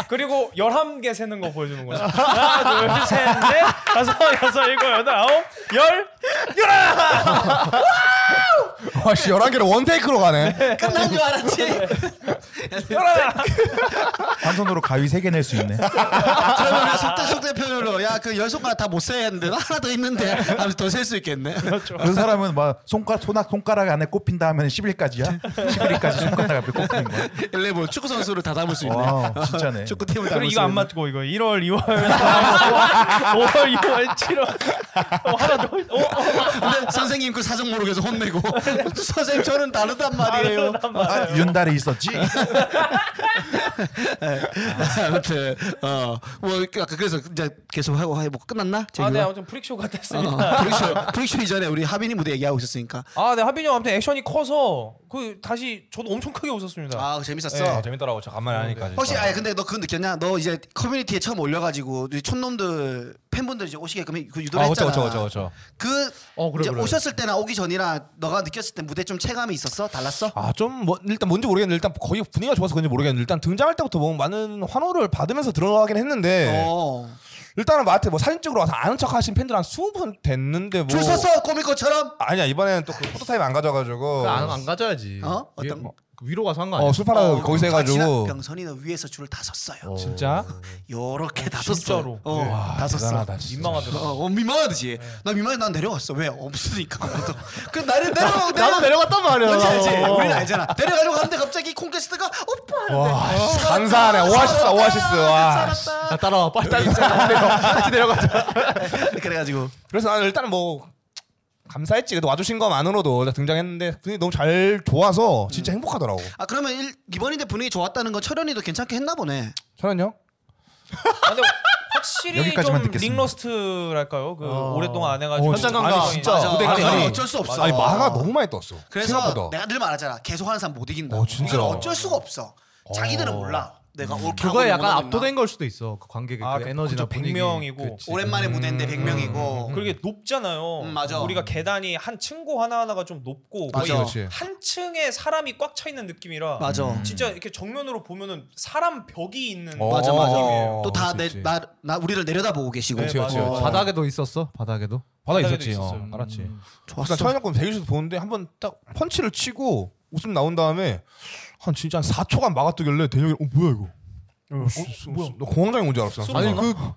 Speaker 4: 그리고 11개 세는 거 보여주는 거죠. 하나, 둘, 셋, 넷, 다섯, 여섯, 일곱, 여덟, 아홉, 열.
Speaker 3: 아, 와씨 11개를 원테이크로 가네.
Speaker 2: 끝난 줄 알았지.
Speaker 1: 한 손으로 가위 세 개 낼 수 있네.
Speaker 2: 그러면 속대 속대 표현으로 야그 열손가락 다 못 세야 했는데 하나 더 있는데 하면서 더 셀 수 있겠네.
Speaker 1: 그 사람은 막 손가락 손 손가락 안에 꼽힌다 하면 10일까지야. 10일까지 손가락 앞에 꼽히는 거야.
Speaker 2: 원래 뭐 축구 선수를 다 담을 수 있네.
Speaker 1: 와 진짜네.
Speaker 2: 축구팀을 담을
Speaker 4: 그리고
Speaker 2: 수
Speaker 4: 이거 안
Speaker 2: 있네.
Speaker 4: 맞고 이거 1월, 2월, 5월, 6월, 7월. 어, 하나 더. 어, 어,
Speaker 2: 근데 선생님 그 사정 모르겠어 혼내고 선생님 저는 다르단 말이에요.
Speaker 4: 아, 네. 다르단 말이에요.
Speaker 1: 아, 윤달이 있었지.
Speaker 2: 아무튼 어뭐 아까 그래서 이제 계속 하고 해보고 끝났나?
Speaker 4: 아, 네
Speaker 2: 재규가?
Speaker 4: 아무튼 프릭쇼 같았습니다.
Speaker 2: 어, 브릭쇼 브릭쇼 이전에 우리 하빈이 무대 얘기하고 있었으니까
Speaker 4: 아, 네 하빈이 형 아무튼 액션이 커서 그 다시 저도 엄청 크게 웃었습니다.
Speaker 2: 아 재밌었어.
Speaker 3: 아, 재밌더라고. 저 간만에 하니까. 진짜.
Speaker 2: 혹시 아 근데 너 그거 느꼈냐? 너 이제 커뮤니티에 처음 올려가지고 우리 촌놈들 팬분들 이제 오시게끔 그 유도를
Speaker 3: 아, 그쵸,
Speaker 2: 했잖아.
Speaker 3: 그쵸, 그쵸, 그쵸.
Speaker 2: 그
Speaker 5: 어, 그래,
Speaker 2: 이제
Speaker 5: 그래.
Speaker 2: 오셨을 때나 오기 전이랑 너가 느꼈을 때 무대 좀 체감이 있었어? 달랐어?
Speaker 3: 아, 좀, 뭐, 일단 뭔지 모르겠는데, 일단 거의 분위기가 좋아서 그런지 모르겠는데, 일단 등장할 때부터 뭐 많은 환호를 받으면서 들어가긴 했는데,
Speaker 2: 어.
Speaker 3: 일단은 마트 뭐 사진 찍으러 와서 아는 척 하신 팬들 한 20분 됐는데, 뭐.
Speaker 2: 줄 서서 꼬밀 것처럼.
Speaker 3: 아니야, 이번에는 또그 포토타임 안
Speaker 4: 그
Speaker 3: 가져가지고.
Speaker 5: 안, 안 가져야지.
Speaker 2: 어?
Speaker 5: 위에
Speaker 2: 어떤 거?
Speaker 5: 그 위로 가서 한 거 아니야?
Speaker 3: 어, 술 예, 뭐, 팔아
Speaker 2: 어,
Speaker 3: 거기서 해가지고.
Speaker 2: 병선이는 위에서 줄 다 섰어요.
Speaker 3: 진짜?
Speaker 2: 요렇게 다
Speaker 4: 진짜로?
Speaker 2: 섰어. 어, 다 섰어.
Speaker 3: 대단하다, 진짜.
Speaker 4: 민망하더라.
Speaker 2: 어, 어, 민망하듯이.
Speaker 3: 네.
Speaker 2: 나 민망해. 난 내려갔어. 왜? 없으니까. 아무도. 그 나를 내려가고 내가
Speaker 5: 나도 내려갔단 말이야.
Speaker 2: 뭔지 알지?
Speaker 5: 어.
Speaker 2: 우리는 알잖아. 내려가려고 하는데 갑자기 콩캐스트가 오빠.
Speaker 3: 와,
Speaker 5: 어.
Speaker 3: 씨, 감사하네. 오아시스, 오아시스. 와. 씨.
Speaker 5: 아, 따라와. 빨리 따라와. 같이 내려가자.
Speaker 2: 그래가지고
Speaker 3: 그래서 나는 일단 뭐 감사했지. 그래도 와주신 것만으로도 등장했는데 분위기 너무 잘 좋아서
Speaker 5: 음.
Speaker 3: 진짜 행복하더라고.
Speaker 2: 아 그러면 일, 이번인데 분위기 좋았다는 건 철현이도 괜찮게 했나 보네.
Speaker 3: 철현요?
Speaker 4: 아, 근데 확실히
Speaker 1: 여기까지만
Speaker 4: 좀
Speaker 1: 듣겠습니다.
Speaker 4: light로스트랄까요? 그
Speaker 5: 어.
Speaker 4: 오랫동안 안 해가지고
Speaker 5: 어, 진짜. 아니, 진짜.
Speaker 2: 맞아.
Speaker 5: 무대
Speaker 2: 아니,
Speaker 5: 감각이.
Speaker 2: 어쩔 수 없어.
Speaker 3: 아니 마가 너무 많이 떴어.
Speaker 2: 그래서
Speaker 3: 생각보다.
Speaker 2: 내가 늘 말하잖아. 계속 하는 사람 못 이긴다.
Speaker 3: 어, 진짜. 음.
Speaker 2: 이건 어쩔 수가 없어. 자기들은 몰라. 내가 올
Speaker 5: 그거에 약간 압도된 걸 수도 있어. 그 관객의
Speaker 4: 아,
Speaker 5: 그
Speaker 4: 그-
Speaker 5: 에너지나
Speaker 4: 그쵸,
Speaker 5: 분위기.
Speaker 4: 100명이고.
Speaker 5: 그치.
Speaker 2: 오랜만에
Speaker 3: 음.
Speaker 2: 무대인데 100명이고.
Speaker 4: 그게 높잖아요.
Speaker 2: 음, 맞아.
Speaker 4: 우리가 계단이 한 층고 하나 하나가 좀 높고 거의
Speaker 2: 맞아.
Speaker 3: 그치.
Speaker 4: 한 층에 사람이 꽉 차 있는 느낌이라.
Speaker 2: 맞아.
Speaker 3: 음.
Speaker 4: 진짜 이렇게 정면으로 보면은 사람 벽이 있는
Speaker 3: 어.
Speaker 2: 맞아 맞아.
Speaker 3: 어,
Speaker 2: 또
Speaker 3: 그럴 수 있지.
Speaker 2: 다내나나 우리를 내려다보고 계시고. 어.
Speaker 4: 네, 맞아.
Speaker 3: 그치.
Speaker 5: 바닥에도 있었어. 바닥에도.
Speaker 3: 바닥에
Speaker 4: 바닥에도
Speaker 3: 있었지.
Speaker 4: 있었어요.
Speaker 3: 어, 알았지.
Speaker 2: 음. 좋았어.
Speaker 3: 일단 철현이 건 대기실에서 보는데 한번 딱 펀치를 치고 웃음 나온 다음에 한 진짜 한 4초간 막아뜨길래 대형이 어 뭐야 이거? 어, 어, 뭐야? 너 공황장애 온줄 알았어.
Speaker 4: 쏘는
Speaker 5: 아니
Speaker 4: 거나?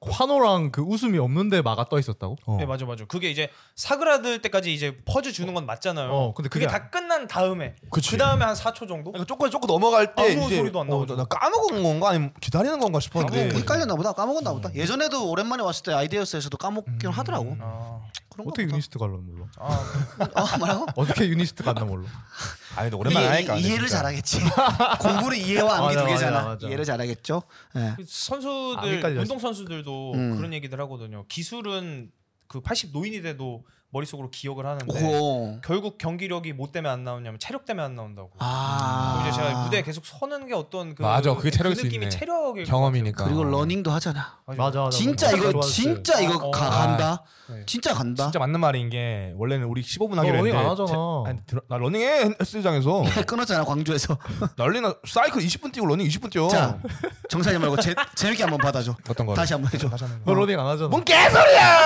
Speaker 5: 그 환호랑 그 웃음이 없는데 마가 떠 있었다고?
Speaker 3: 어.
Speaker 4: 네 맞아 맞아. 그게 이제 사그라들 때까지 이제 퍼즈 주는 건 맞잖아요.
Speaker 5: 어, 근데
Speaker 4: 그게
Speaker 5: 그게
Speaker 4: 다 끝난 다음에
Speaker 3: 그치.
Speaker 4: 그 다음에 한 4초 정도.
Speaker 3: 그러니까 조금 조금 넘어갈 때
Speaker 4: 아무
Speaker 3: 이제
Speaker 4: 소리도 안 나오죠.
Speaker 3: 어, 나 까먹은 건가 아니면 기다리는 건가 싶었는데
Speaker 2: 헷갈렸나 보다. 까먹었나 보다. 예전에도 오랜만에 왔을 때 아이디어스에서도 까먹긴 하더라고.
Speaker 4: 아,
Speaker 2: 그런
Speaker 5: 어떻게
Speaker 2: 거
Speaker 5: 유니스트 갈라 몰라.
Speaker 4: 아,
Speaker 2: 아, 뭐라고?
Speaker 5: 어떻게 유니스트 갔나 몰라.
Speaker 3: 아니 근데 오랜만에
Speaker 2: 이해-
Speaker 3: 하니까
Speaker 2: 이해를
Speaker 3: 진짜.
Speaker 2: 잘하겠지. 공부는 이해와 암기
Speaker 5: 맞아,
Speaker 2: 두 개잖아.
Speaker 5: 맞아, 맞아.
Speaker 2: 이해를 잘하겠죠. 예.
Speaker 4: 그
Speaker 5: 아,
Speaker 4: 선수들
Speaker 5: 헷갈려.
Speaker 4: 운동 선수들도
Speaker 2: 음.
Speaker 4: 그런 얘기들 하거든요. 기술은 그 80 노인이 돼도 머릿속으로 기억을 하는데
Speaker 2: 오.
Speaker 4: 결국 경기력이 뭐 때문에 안 나오냐면 체력 때문에 안 나온다고.
Speaker 2: 아.
Speaker 4: 그리고 음, 이제 제가 무대에 계속 서는 게 어떤 그
Speaker 3: 맞아, 그게 체력일 수
Speaker 4: 느낌이
Speaker 3: 있네.
Speaker 4: 체력일
Speaker 3: 경험이니까.
Speaker 2: 그리고 러닝도 하잖아.
Speaker 5: 맞아 맞아.
Speaker 2: 진짜
Speaker 5: 맞아,
Speaker 2: 이거
Speaker 5: 좋아했어요.
Speaker 2: 진짜 이거
Speaker 4: 어.
Speaker 2: 가,
Speaker 4: 아,
Speaker 2: 간다.
Speaker 4: 네.
Speaker 2: 진짜 간다.
Speaker 3: 진짜 맞는 말인 게 원래는 우리 15분
Speaker 5: 어,
Speaker 3: 하기로
Speaker 5: 러닝
Speaker 3: 했는데
Speaker 5: 안 하잖아.
Speaker 3: 제- 아니, 들어- 나 러닝해 헬스장에서
Speaker 2: 끊었잖아 광주에서.
Speaker 3: 난리나 사이클 20분 뛰고 러닝 20분 뛰어.
Speaker 2: 자 정산이 말고 재 재밌게 한번 받아줘.
Speaker 3: 어떤 거?
Speaker 2: 다시 한번 해줘. 어.
Speaker 5: 너 로딩 그 안 하잖아.
Speaker 3: 뭔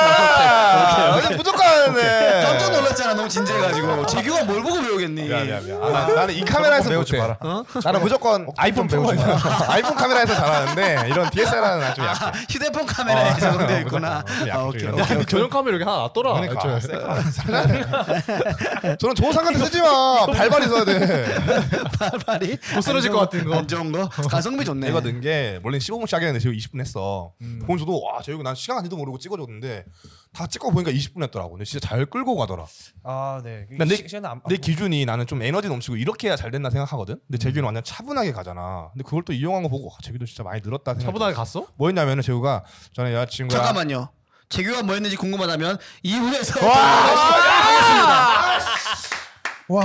Speaker 3: 개소리야! 오늘 무조건 네. 해.
Speaker 2: 깜짝 놀랐잖아 너무 진지해가지고 재규가 뭘 보고 배우겠니?
Speaker 3: 야, 야, 야. 아, 나- 나는 이 카메라에서
Speaker 1: 배우지
Speaker 3: 못해.
Speaker 1: 마라.
Speaker 3: 나는 무조건 아이폰
Speaker 1: 배우지
Speaker 3: 배우지 마. 아이폰 카메라에서 잘하는데 이런 DSLR은 난좀
Speaker 2: 아,
Speaker 3: 약해.
Speaker 2: 휴대폰 카메라에 적용되어 있구나.
Speaker 3: 무조건.
Speaker 2: 아, 오케이.
Speaker 3: 야,
Speaker 2: 오케이.
Speaker 5: 야, 그 전용 카메라 이렇게 하나 놨더라. 애초에. 어.
Speaker 3: 저는 좋은 상관도 쓰지 마. 발발이 써야 돼.
Speaker 2: 발발이
Speaker 5: 못 쓰러질
Speaker 2: 안 좋은
Speaker 5: 것 같은 거.
Speaker 2: 안 좋은 거 가성비 좋네.
Speaker 3: 내가 는 게 원래 15분씩 하겠는데 지금 20분 했어. 보면서도와 저기 난 시간 간지도 모르고 찍어줬는데 다 찍고 보니까 20분 했더라고. 근데 진짜 잘 끌고 가더라.
Speaker 4: 아, 네.
Speaker 3: 근데 내-
Speaker 4: 시간은 안
Speaker 3: 내 기준이 나는 좀 에너지 넘치고 이렇게 해야 잘 된다 생각하거든. 근데 재규는 완전 차분하게 가잖아. 근데 그걸 또 이용한 거 보고 와, 재규도 진짜 많이 늘었다. 생각.
Speaker 5: 차분하게 갔어?
Speaker 3: 뭐였냐면은 재규가 전에 여자친구랑
Speaker 2: 잠깐만요. 재규가 뭐 했는지 궁금하다면 2부에서
Speaker 1: 와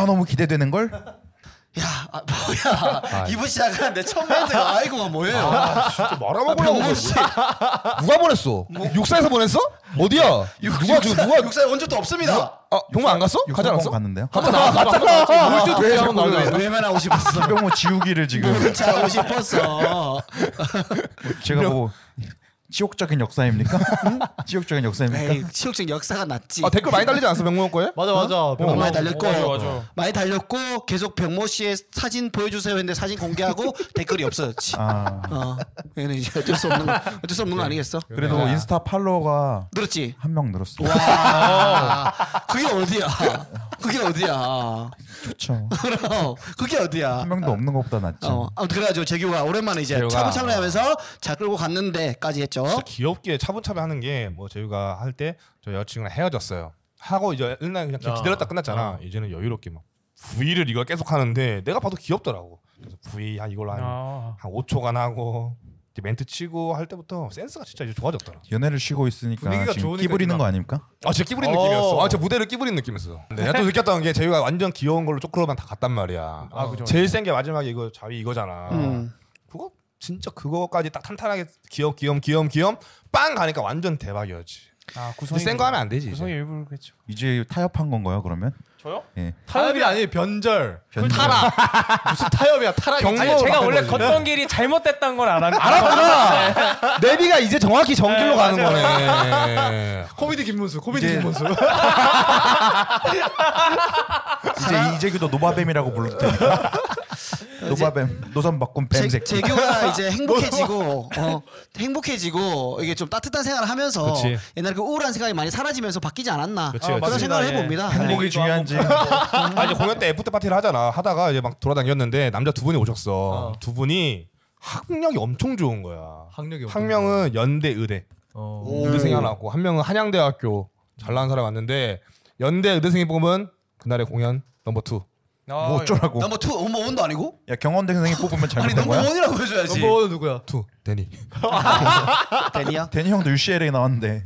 Speaker 1: 너무 기대되는 걸.
Speaker 2: 야 아, 뭐야 2부 시작하는데 처음 멘트가 아이고가 뭐예요?
Speaker 3: 아, 진짜 말아먹으려고
Speaker 2: 병원 씨
Speaker 3: 누가 보냈어? 육사에서 보냈어? 어디야? 누가 지금 누가
Speaker 2: 뭐? 육사에 원조도 없습니다.
Speaker 3: 아 병원 안 갔어? 가지
Speaker 1: 육상
Speaker 3: 않았어?
Speaker 1: 갔는데요.
Speaker 5: 한번 나와. 한번 나와. 물주 두개 한번 아, 나와.
Speaker 2: 왜만 하고 싶었어?
Speaker 1: 병호 지우기를 지금
Speaker 2: 자 하고 싶었어.
Speaker 1: 제가 뭐 지옥적인 역사입니까? 지옥적인 역사입니까?
Speaker 2: 에이 치욕적 역사가 낫지.
Speaker 3: 아 댓글 많이 달리지 않았어 병원 거에?
Speaker 5: 맞아 맞아. 병원
Speaker 2: 많이
Speaker 5: 나와.
Speaker 2: 달렸고
Speaker 4: 맞아, 맞아.
Speaker 2: 많이 달렸고 계속 병모 씨의 사진 보여주세요 했는데 사진 공개하고 댓글이 없어졌지.
Speaker 1: 아
Speaker 2: 어, 얘는 이제 어쩔 수 없는 거, 어쩔 수 없는 거 아니겠어? 네.
Speaker 1: 그래도 인스타 팔로워가
Speaker 2: 늘었지.
Speaker 1: 한 명 늘었어.
Speaker 2: 와, 그게 어디야? 그게 어디야?
Speaker 1: 좋죠.
Speaker 2: 그럼 그게 어디야?
Speaker 1: 한 명도 없는 것보다 낫지.
Speaker 2: 어, 아무튼 그래가지고 재규가 오랜만에 이제
Speaker 3: 재규가-
Speaker 2: 차분차분하면서 잘 끌고 갔는데까지 했죠.
Speaker 3: 진짜 귀엽게 차분차분 하는 게 뭐 재유가 할 때 저 여자친구랑 헤어졌어요. 하고 이제 옛날 그냥
Speaker 5: 아.
Speaker 3: 기다렸다 끝났잖아. 이제는 여유롭게 막 V를 이걸 계속 하는데 내가 봐도 귀엽더라고. 그래서 V 한 이걸로 한,
Speaker 4: 아.
Speaker 3: 한 5초간 하고 이제 멘트 치고 할 때부터 센스가 진짜 이제 좋아졌더라.
Speaker 1: 연애를 쉬고 있으니까
Speaker 5: 분위기가
Speaker 1: 지금
Speaker 5: 좋으니까
Speaker 1: 끼부리는
Speaker 5: 그냥.
Speaker 1: 거 아닙니까?
Speaker 3: 아 진짜 끼부린
Speaker 5: 어.
Speaker 3: 느낌이었어. 아저 무대를 끼부린 느낌이었어. 근데 내가 또 느꼈던 게 재유가 완전 귀여운 걸로 쪼크로만 다 갔단 말이야.
Speaker 4: 아, 그죠.
Speaker 3: 제일 센 게 마지막에 이거 자위 이거잖아.
Speaker 2: 음.
Speaker 3: 그거 진짜 그거까지 딱 탄탄하게 귀염 귀염 귀염 귀염 빵 가니까 완전 대박이었지.
Speaker 4: 아, 구성이
Speaker 3: 근데 센거 하면 안 되지.
Speaker 4: 구성이
Speaker 3: 이제.
Speaker 4: 일부러 그랬죠.
Speaker 1: 이제 타협한 건가요 그러면?
Speaker 4: 저요?
Speaker 1: 예.
Speaker 5: 타협이 아니 변절.
Speaker 1: 변절. 어,
Speaker 5: 타락. 무슨 타협이야 타락.
Speaker 3: 경로
Speaker 4: 아니, 제가
Speaker 3: 바꾼
Speaker 4: 원래
Speaker 3: 거지.
Speaker 4: 걷던 길이 잘못됐다는 걸 알아. 알아.
Speaker 3: 내비가 이제 정확히 정길로
Speaker 4: 네,
Speaker 3: 가는 거네.
Speaker 5: 코미디 김문수. 코미디
Speaker 1: 이제-
Speaker 5: 김문수.
Speaker 1: 이제 이재규도 노바뱀이라고 부를 때. 노바뱀 노선 바꾼
Speaker 2: 재,
Speaker 1: 뱀색.
Speaker 2: 재규가 이제 행복해지고 어, 행복해지고 이게 좀 따뜻한 생활을 하면서
Speaker 3: 그치.
Speaker 2: 옛날에 그 우울한 생각이 많이 사라지면서 바뀌지 않았나
Speaker 3: 그치,
Speaker 2: 런
Speaker 3: 그치.
Speaker 2: 생각을
Speaker 4: 맞습니다.
Speaker 2: 해봅니다.
Speaker 1: 행복이 중요한지.
Speaker 3: 아 이제 공연 때 애프터 파티를 하잖아. 하다가 이제 막 돌아다녔는데 남자 두 분이 오셨어. 두 분이 학력이 엄청 좋은 거야.
Speaker 5: 학력이
Speaker 3: 한 명은 연대 의대
Speaker 5: 어.
Speaker 2: 네. 음.
Speaker 3: 의대생이 하나 왔고 한 명은 한양대학교 잘 나온 사람이 왔는데 연대 의대생이 뽑으면 그날의 공연 넘버 투.
Speaker 4: 뭐
Speaker 1: 뭐 어쩌라고?
Speaker 2: 넘버 투 넘버 원도 아니고
Speaker 1: 야 경원대 선생님 뽑으면
Speaker 2: 아니
Speaker 1: 잘못된
Speaker 2: 넘버
Speaker 1: 거야?
Speaker 2: 원이라고 해줘야지.
Speaker 5: 넘버 누구야?
Speaker 3: 투 데니.
Speaker 2: 데니야.
Speaker 1: 데니 형도 UCLA 나왔는데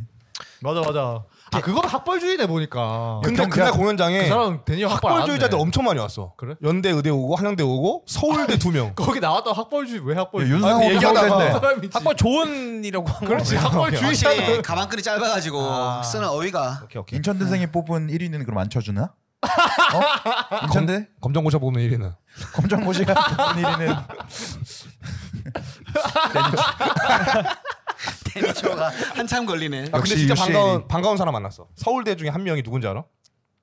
Speaker 5: 맞아 맞아. 아 그건 학벌주의네 보니까. 그,
Speaker 3: 근데 그날 공연장에
Speaker 5: 사람 대니 학벌 안
Speaker 3: 예. 학벌주의자들
Speaker 5: 왔네.
Speaker 3: 엄청 많이 왔어.
Speaker 5: 그래?
Speaker 3: 연대 의대 오고 한양대 오고 서울대 두 명.
Speaker 5: 거기 나왔던 학벌주의 아, 왜 학벌?
Speaker 3: 예,
Speaker 1: 야, 윤상호도 서울대인데.
Speaker 5: 사람이지.
Speaker 4: 학벌 좋은이라고 한 거.
Speaker 5: 그렇지
Speaker 2: 혹시
Speaker 5: 학벌주의자는
Speaker 2: 가방끈이 짧아가지고 쓰는 어휘가
Speaker 3: 오케이 오케이.
Speaker 1: 인천 대생이 뽑은 1위는 그럼 안 쳐주나? 어? 인천대
Speaker 3: 검정고사 보면 1위는
Speaker 1: 검정고시가 뽑은 1위는
Speaker 2: 데니초가 한참 걸리네.
Speaker 3: 아 근데
Speaker 1: 역시
Speaker 3: 진짜
Speaker 1: UCL 이.
Speaker 3: 반가운 반가운 사람 만났어. 서울대 중에 한 명이 누군지 알아?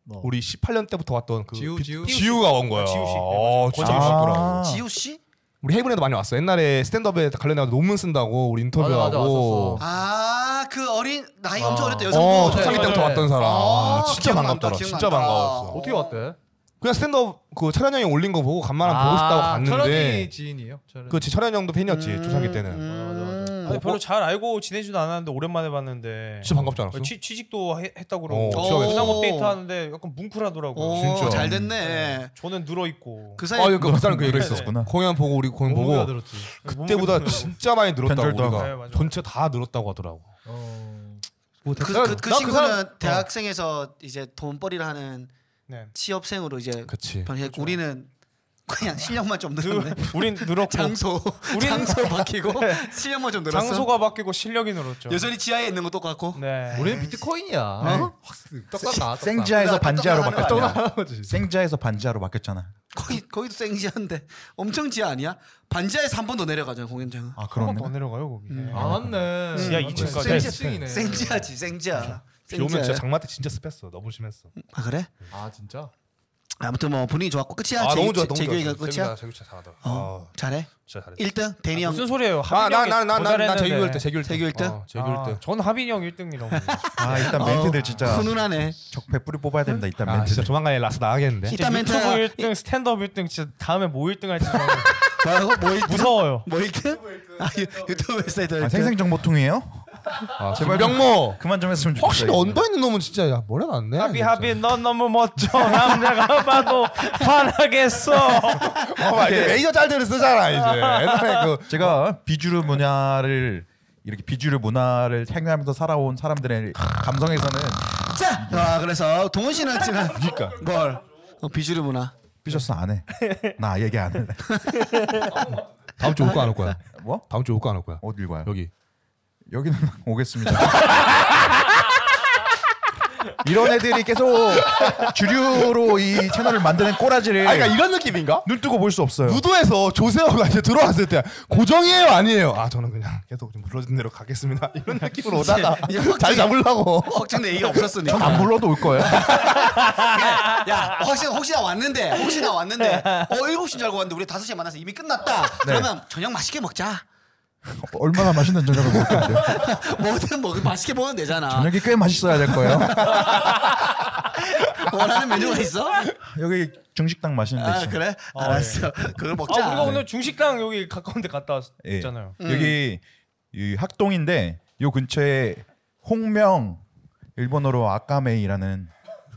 Speaker 5: 뭐?
Speaker 3: 우리 18년 때부터 왔던 그
Speaker 5: 지우,
Speaker 3: 비-
Speaker 5: 지우?
Speaker 3: 지우가 온 거야.
Speaker 4: 지우 씨.
Speaker 3: 어,
Speaker 4: 맞아.
Speaker 3: 진짜 멋있더라고.
Speaker 2: 지우 씨?
Speaker 3: 우리 헤븐에도 많이 왔어. 옛날에 스탠드업에 관련해서 논문 쓴다고 우리 인터뷰하고.
Speaker 5: 맞아, 맞아, 왔었어.
Speaker 2: 아 그 어린 나이 엄청
Speaker 5: 아.
Speaker 2: 어렸던
Speaker 3: 어,
Speaker 2: 여성분. 네,
Speaker 3: 초창기
Speaker 4: 맞아,
Speaker 3: 때부터
Speaker 4: 맞아.
Speaker 3: 왔던 사람. 아,
Speaker 2: 아,
Speaker 3: 진짜
Speaker 2: 기억난다,
Speaker 3: 반갑더라. 진짜
Speaker 2: 기억난다.
Speaker 3: 반가웠어.
Speaker 5: 어떻게 왔대?
Speaker 3: 그냥 스탠드업 그 철현 형이 올린 거 보고 간만에 보고 싶다고
Speaker 5: 아, 철현이
Speaker 3: 갔는데.
Speaker 5: 지인이에요. 철현.
Speaker 3: 그치 철현 형도 팬이었지
Speaker 2: 음.
Speaker 3: 초창기 때는.
Speaker 5: 음.
Speaker 2: 네.
Speaker 3: 어,
Speaker 5: 맞아,
Speaker 4: 아니, 별로 잘 알고 지내지도 않았는데 오랜만에 봤는데.
Speaker 3: 진짜 반갑지 않았어?
Speaker 4: 그 취, 취직도 해- 했다고
Speaker 3: 어,
Speaker 4: 그러고
Speaker 2: 취업했어.
Speaker 4: 그냥 업데이트 하는데 약간 뭉클하더라고요.
Speaker 2: 오,
Speaker 3: 진짜.
Speaker 2: 잘
Speaker 3: 예.
Speaker 2: 됐네.
Speaker 4: 저는 늘어 있고
Speaker 2: 그
Speaker 3: 아,
Speaker 2: 사이
Speaker 3: 그러니까 그 사람 그 얘기
Speaker 1: 그랬었구나.
Speaker 3: 했었구나. 공연 보고 우리 공연
Speaker 5: 너무
Speaker 3: 보고
Speaker 5: 들었지.
Speaker 3: 그때보다 진짜 많이 늘었다고
Speaker 1: 변절도
Speaker 3: 우리가
Speaker 4: 하고. 네, 맞아.
Speaker 3: 전체 다 늘었다고 하더라고.
Speaker 5: 어.
Speaker 2: 그, 그, 그 친구는
Speaker 3: 어.
Speaker 2: 대학생에서 이제 돈벌이를 하는
Speaker 4: 네.
Speaker 2: 취업생으로 이제
Speaker 3: 그치. 뭐
Speaker 2: 변했고 우리는 그냥 실력만 좀 늘었네.
Speaker 4: 우린 늘었고
Speaker 2: 장소
Speaker 4: 우리는-
Speaker 2: 장소 바뀌고
Speaker 3: 네.
Speaker 2: 실력만 좀 늘었어.
Speaker 4: 장소가 바뀌고 실력이 늘었죠.
Speaker 2: 여전히 지하에 있는 거 똑같고.
Speaker 4: 네.
Speaker 5: 우리는 비트코인이야.
Speaker 2: 네.
Speaker 5: 어? 떡밥 나.
Speaker 1: 생지하에서 반지하로
Speaker 2: 똑똑한
Speaker 1: 바뀌었잖아.
Speaker 5: 거지.
Speaker 1: 생지하에서 반지하로 바뀌었잖아.
Speaker 2: 거기 거기도 생지한데 엄청 지하 아니야? 반지하에서 한 번 더 내려가잖아 공연장은.
Speaker 1: 아
Speaker 4: 한번 더
Speaker 1: 그러네.
Speaker 4: 내려가요 거기.
Speaker 3: 음.
Speaker 4: 네.
Speaker 5: 아 맞네.
Speaker 4: 지하
Speaker 5: 맞네.
Speaker 4: 2층 까지.
Speaker 5: 생지층이네.
Speaker 2: 생지하지 생지하.
Speaker 3: 네. 비 오면 진짜
Speaker 2: 생지하야.
Speaker 3: 장마 때 진짜 습했어. 너무 심했어.
Speaker 2: 아 그래?
Speaker 5: 아 진짜.
Speaker 2: 아무튼 뭐 분위기 좋았고 끝이야.
Speaker 3: 아
Speaker 2: 제-
Speaker 3: 너무 좋아.
Speaker 2: 제-
Speaker 3: 너무
Speaker 2: 재규이가
Speaker 3: 좋아.
Speaker 2: 끝이야.
Speaker 3: 재규가- 재규 진짜 잘하더라.
Speaker 2: 어.
Speaker 3: 어.
Speaker 2: 잘해.
Speaker 3: 진짜 잘했어.
Speaker 2: 1등 대니 형.
Speaker 4: 무슨 소리예요? 하빈이 형이 더
Speaker 3: 아, 아나나나나
Speaker 4: 잘했는데.
Speaker 3: 재규일 때 재규일 때
Speaker 2: 재규일 때?
Speaker 3: 어, 재규일
Speaker 4: 아,
Speaker 3: 때.
Speaker 4: 전 하빈이 형 1등이라고.
Speaker 1: 아
Speaker 3: 어.
Speaker 1: 일단 멘트들 진짜
Speaker 2: 훈훈하네.
Speaker 1: 적배 뿌리 뽑아야 됩니다. 일단
Speaker 3: 아 진짜
Speaker 1: 멘트들.
Speaker 3: 조만간에 라스 나가겠는데.
Speaker 2: 이따 멘트
Speaker 4: 유튜브 1등, 스탠드업 1등, 진짜 다음에 뭐 1등 할지 모르겠어요.
Speaker 2: 뭐라고 뭐 일-
Speaker 4: 무서워요.
Speaker 2: 뭐 1등? 아 유- 유튜브 웹사이트
Speaker 1: 아,
Speaker 2: 일 등.
Speaker 1: 생생정보통이에요?
Speaker 3: 아, 제발 명모.
Speaker 1: 그만 좀 했으면 좋겠다.
Speaker 3: 확실히
Speaker 5: 네.
Speaker 1: 이거.
Speaker 3: 네. 언더 있는 놈은 진짜 야 뭐래 놨네.
Speaker 4: 하비
Speaker 3: 진짜.
Speaker 4: 하비 넌 너무 멋져. 남 내가 봐도 화나겠어.
Speaker 3: 어, 막 이제 메이저 짤들을 쓰잖아 이제. 옛날에 그
Speaker 1: 제가 비주류 문화를 이렇게 비주류 문화를 행하면서 살아온 사람들의 감성에서는
Speaker 2: 자, 아, 그래서 동훈 씨는 지난
Speaker 3: 그니까.
Speaker 2: 뭘 어, 비주류 문화.
Speaker 1: 삐졌어 안 해. 나 얘기 안 해.
Speaker 3: 다음 주올 거 안 올 거야.
Speaker 1: 뭐?
Speaker 3: 다음 주올 거 안 올 거야.
Speaker 1: 어딜 가요?
Speaker 3: 여기.
Speaker 1: 여기는 오겠습니다. 이런 애들이 계속 주류로 이 채널을 만드는 꼬라지를
Speaker 3: 아 그러니까 이런 느낌인가?
Speaker 1: 눈 뜨고 볼 수 없어요.
Speaker 3: 무도에서 조세호가 이제 들어왔을 때 고정이에요 아니에요? 아 저는 그냥 계속 좀 불러준 대로 가겠습니다 이런 느낌으로 오다가
Speaker 2: 이제 확실히-
Speaker 3: 잘 잡으려고
Speaker 2: 어, 확정 얘기가 없었으니까.
Speaker 1: 안 불러도 올 거예요.
Speaker 2: 야, 야, 어, 혹시 혹시나 왔는데, 혹시나 왔는데, 어 7시인 줄 알고 왔는데 우리 5시에 만나서 이미
Speaker 1: 네.
Speaker 2: 끝났다. 그러면 저녁 맛있게 먹자.
Speaker 1: 얼마나 맛있는 저녁을 먹을 건데.
Speaker 2: 뭐든 먹 맛있게 먹으면 되잖아.
Speaker 1: 저녁이 꽤 맛있어야 될 거예요.
Speaker 2: 원하는 메뉴가 있어?
Speaker 1: 여기 중식당 맛있는 데
Speaker 2: 아,
Speaker 1: 네, 있어요. 예.
Speaker 2: 그래? 알았어. 그걸
Speaker 4: 아
Speaker 2: 먹자.
Speaker 4: 우리가 오늘 중식당 여기 가까운데 갔다
Speaker 1: 예.
Speaker 4: 왔잖아요.
Speaker 1: 여기 이 학동인데 요 근처에 홍명 일본어로 아까메이라는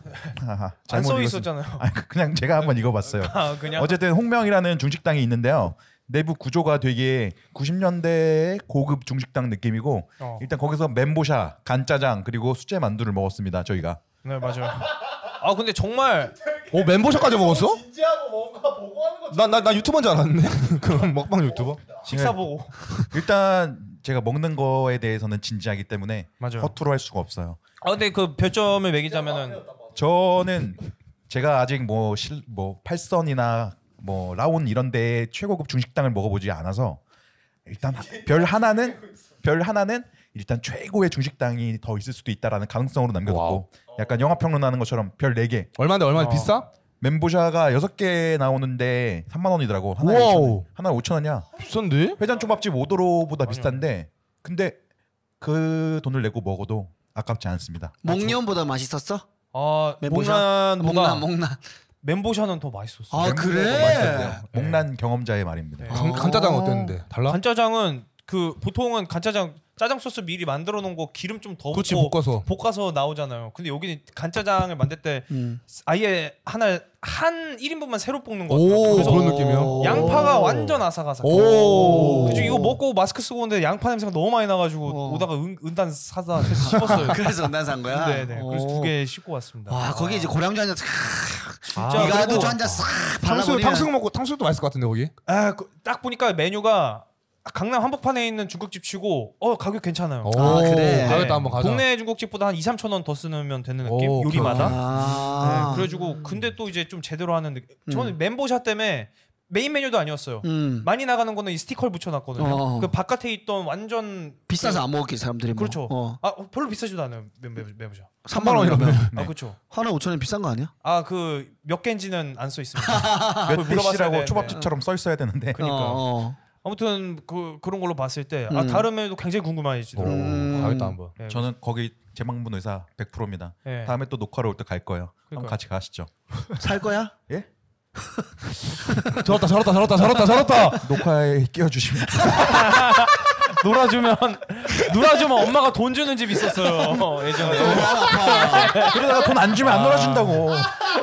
Speaker 1: 아하,
Speaker 4: 안
Speaker 1: 잘못
Speaker 4: 써
Speaker 1: 읽었습니다.
Speaker 4: 있었잖아요.
Speaker 1: 아, 그- 그냥 제가 한번 읽어봤어요.
Speaker 4: 아, 그냥
Speaker 1: 어쨌든 홍명이라는 중식당이 있는데요. 내부 구조가 되게 90년대 고급 중식당 느낌이고
Speaker 4: 어.
Speaker 1: 일단 거기서 멘보샤, 간짜장 그리고 수제 만두를 먹었습니다. 저희가
Speaker 4: 네 맞아요. 아 근데 정말
Speaker 3: 오 멘보샤까지 먹었어? 나나 나 유튜버인 줄 알았는데 그런 먹방 유튜버?
Speaker 4: 식사
Speaker 1: 네.
Speaker 4: 보고
Speaker 1: 일단 제가 먹는 거에 대해서는 진지하기 때문에
Speaker 4: 맞아요.
Speaker 1: 허투루 할 수가 없어요.
Speaker 4: 아 근데 그 별점을 매기자면은
Speaker 1: 저는 제가 아직 뭐 실 뭐 팔선이나 뭐 라온 이런 데 최고급 중식당을 먹어보지 않아서 일단 별 하나는 별 하나는 일단 최고의 중식당이 더 있을 수도 있다라는 가능성으로 남겨뒀고 약간 영화 평론하는 것처럼 별 네 개
Speaker 3: 얼마인데 얼마 데
Speaker 4: 어.
Speaker 3: 비싸?
Speaker 1: 멘보샤가 여섯 개 나오는데 3만 원이더라고 하나에
Speaker 3: 와우.
Speaker 1: 5천 원. 하나에 5천 원이야
Speaker 3: 비싼데?
Speaker 1: 회전 초밥집 오도로보다 비싼데 근데 그 돈을 내고 먹어도 아깝지 않습니다
Speaker 2: 네. 목련보다 맛있었어?
Speaker 4: 아
Speaker 2: 멘보샤?
Speaker 4: 목란보다
Speaker 2: 목란 목란.
Speaker 4: 멘보샤는 더 맛있었어.
Speaker 2: 아 그래.
Speaker 1: 네. 목란 경험자의 말입니다
Speaker 4: 네.
Speaker 3: 간, 간짜장 어땠는데? 달라?
Speaker 4: 간짜장은 그 보통은 간짜장 짜장 소스 미리 만들어 놓은 거 기름 좀 더
Speaker 3: 그렇지
Speaker 4: 붓고
Speaker 3: 볶아서
Speaker 4: 볶아서 나오잖아요. 근데 여기는 간짜장을 만들 때
Speaker 2: 음.
Speaker 4: 아예 하나 한 1인분만 새로 볶는 거 같아요.
Speaker 3: 오
Speaker 4: 그래서
Speaker 3: 그런 느낌이야
Speaker 4: 어, 양파가 완전 아삭아삭.
Speaker 3: 오.
Speaker 4: 그중 이거 먹고 마스크 쓰고 오는데 양파 냄새가 너무 많이 나가지고
Speaker 2: 어.
Speaker 4: 오다가 은, 은단 사다 씹었어요.
Speaker 2: 그래서 은단 산 거야.
Speaker 4: 네네. 그래서
Speaker 2: 아, 오.
Speaker 4: 두 개 씻고 왔습니다.
Speaker 2: 와 거기 이제 고량주 한잔 싹.
Speaker 4: 아,
Speaker 2: 이거
Speaker 4: 그리고-
Speaker 2: 도주 한잔 싹.
Speaker 3: 탕수육
Speaker 2: 발라버리면-
Speaker 3: 탕수육 먹고 탕수육도 맛있을 것 같은데 거기?
Speaker 4: 아, 그, 딱 보니까 메뉴가 강남 한복판에 있는 중국집 치고 어 가격 괜찮아요.
Speaker 2: 아, 그래.
Speaker 3: 가겠다 한번 가자
Speaker 4: 동네 중국집보다 한 2, 3천 원 더 쓰면 되는 느낌
Speaker 3: 오,
Speaker 4: 요리마다.
Speaker 2: 아.
Speaker 4: 네, 그래가지고 근데 또 이제 좀 제대로 하는 느낌. 저는 멘보샤 때문에 메인 메뉴도 아니었어요.
Speaker 2: 음.
Speaker 4: 많이 나가는 거는 이 스티커를 붙여놨거든요.
Speaker 2: 어.
Speaker 4: 그 바깥에 있던 완전
Speaker 2: 비싸서 안 먹었기 사람들이 뭐.
Speaker 4: 네. 그렇죠.
Speaker 2: 어.
Speaker 4: 아 어, 별로 비싸지도 않아요. 멘- 멘- 멘보샤.
Speaker 2: 3만 원이라면
Speaker 4: 아 그렇죠.
Speaker 2: 하나 5천 원 비싼 거 아니야?
Speaker 4: 아 그 몇 개인지는 안 써 있습니다.
Speaker 1: 몇
Speaker 4: 물어봤어야
Speaker 1: 대시라고
Speaker 4: 되는데.
Speaker 1: 초밥집처럼 써 있어야 되는데
Speaker 4: 그러니까.
Speaker 2: 어, 어.
Speaker 4: 아무튼 그 그런 걸로 봤을 때 아,
Speaker 2: 음.
Speaker 4: 다른 메뉴도 굉장히
Speaker 3: 오,
Speaker 4: 궁금해지더라고요.
Speaker 2: 음.
Speaker 3: 가겠다 한번
Speaker 5: 어.
Speaker 4: 네,
Speaker 1: 저는 거기 재방문 의사 100%입니다.
Speaker 4: 예.
Speaker 1: 다음에 또 녹화로 올 때 갈 거예요.
Speaker 4: 그러니까요.
Speaker 1: 한번 같이 가시죠.
Speaker 2: 살 거야?
Speaker 1: 예?
Speaker 3: 저렇다 저렇다 저렇다 저렇다 저렇다
Speaker 1: 녹화에 끼워 주시면
Speaker 4: 놀아주면 놀아주면 엄마가 돈 주는 집 있었어요
Speaker 5: 네.
Speaker 4: 예전에
Speaker 1: 그러다가 돈 안 주면 안 놀아준다고.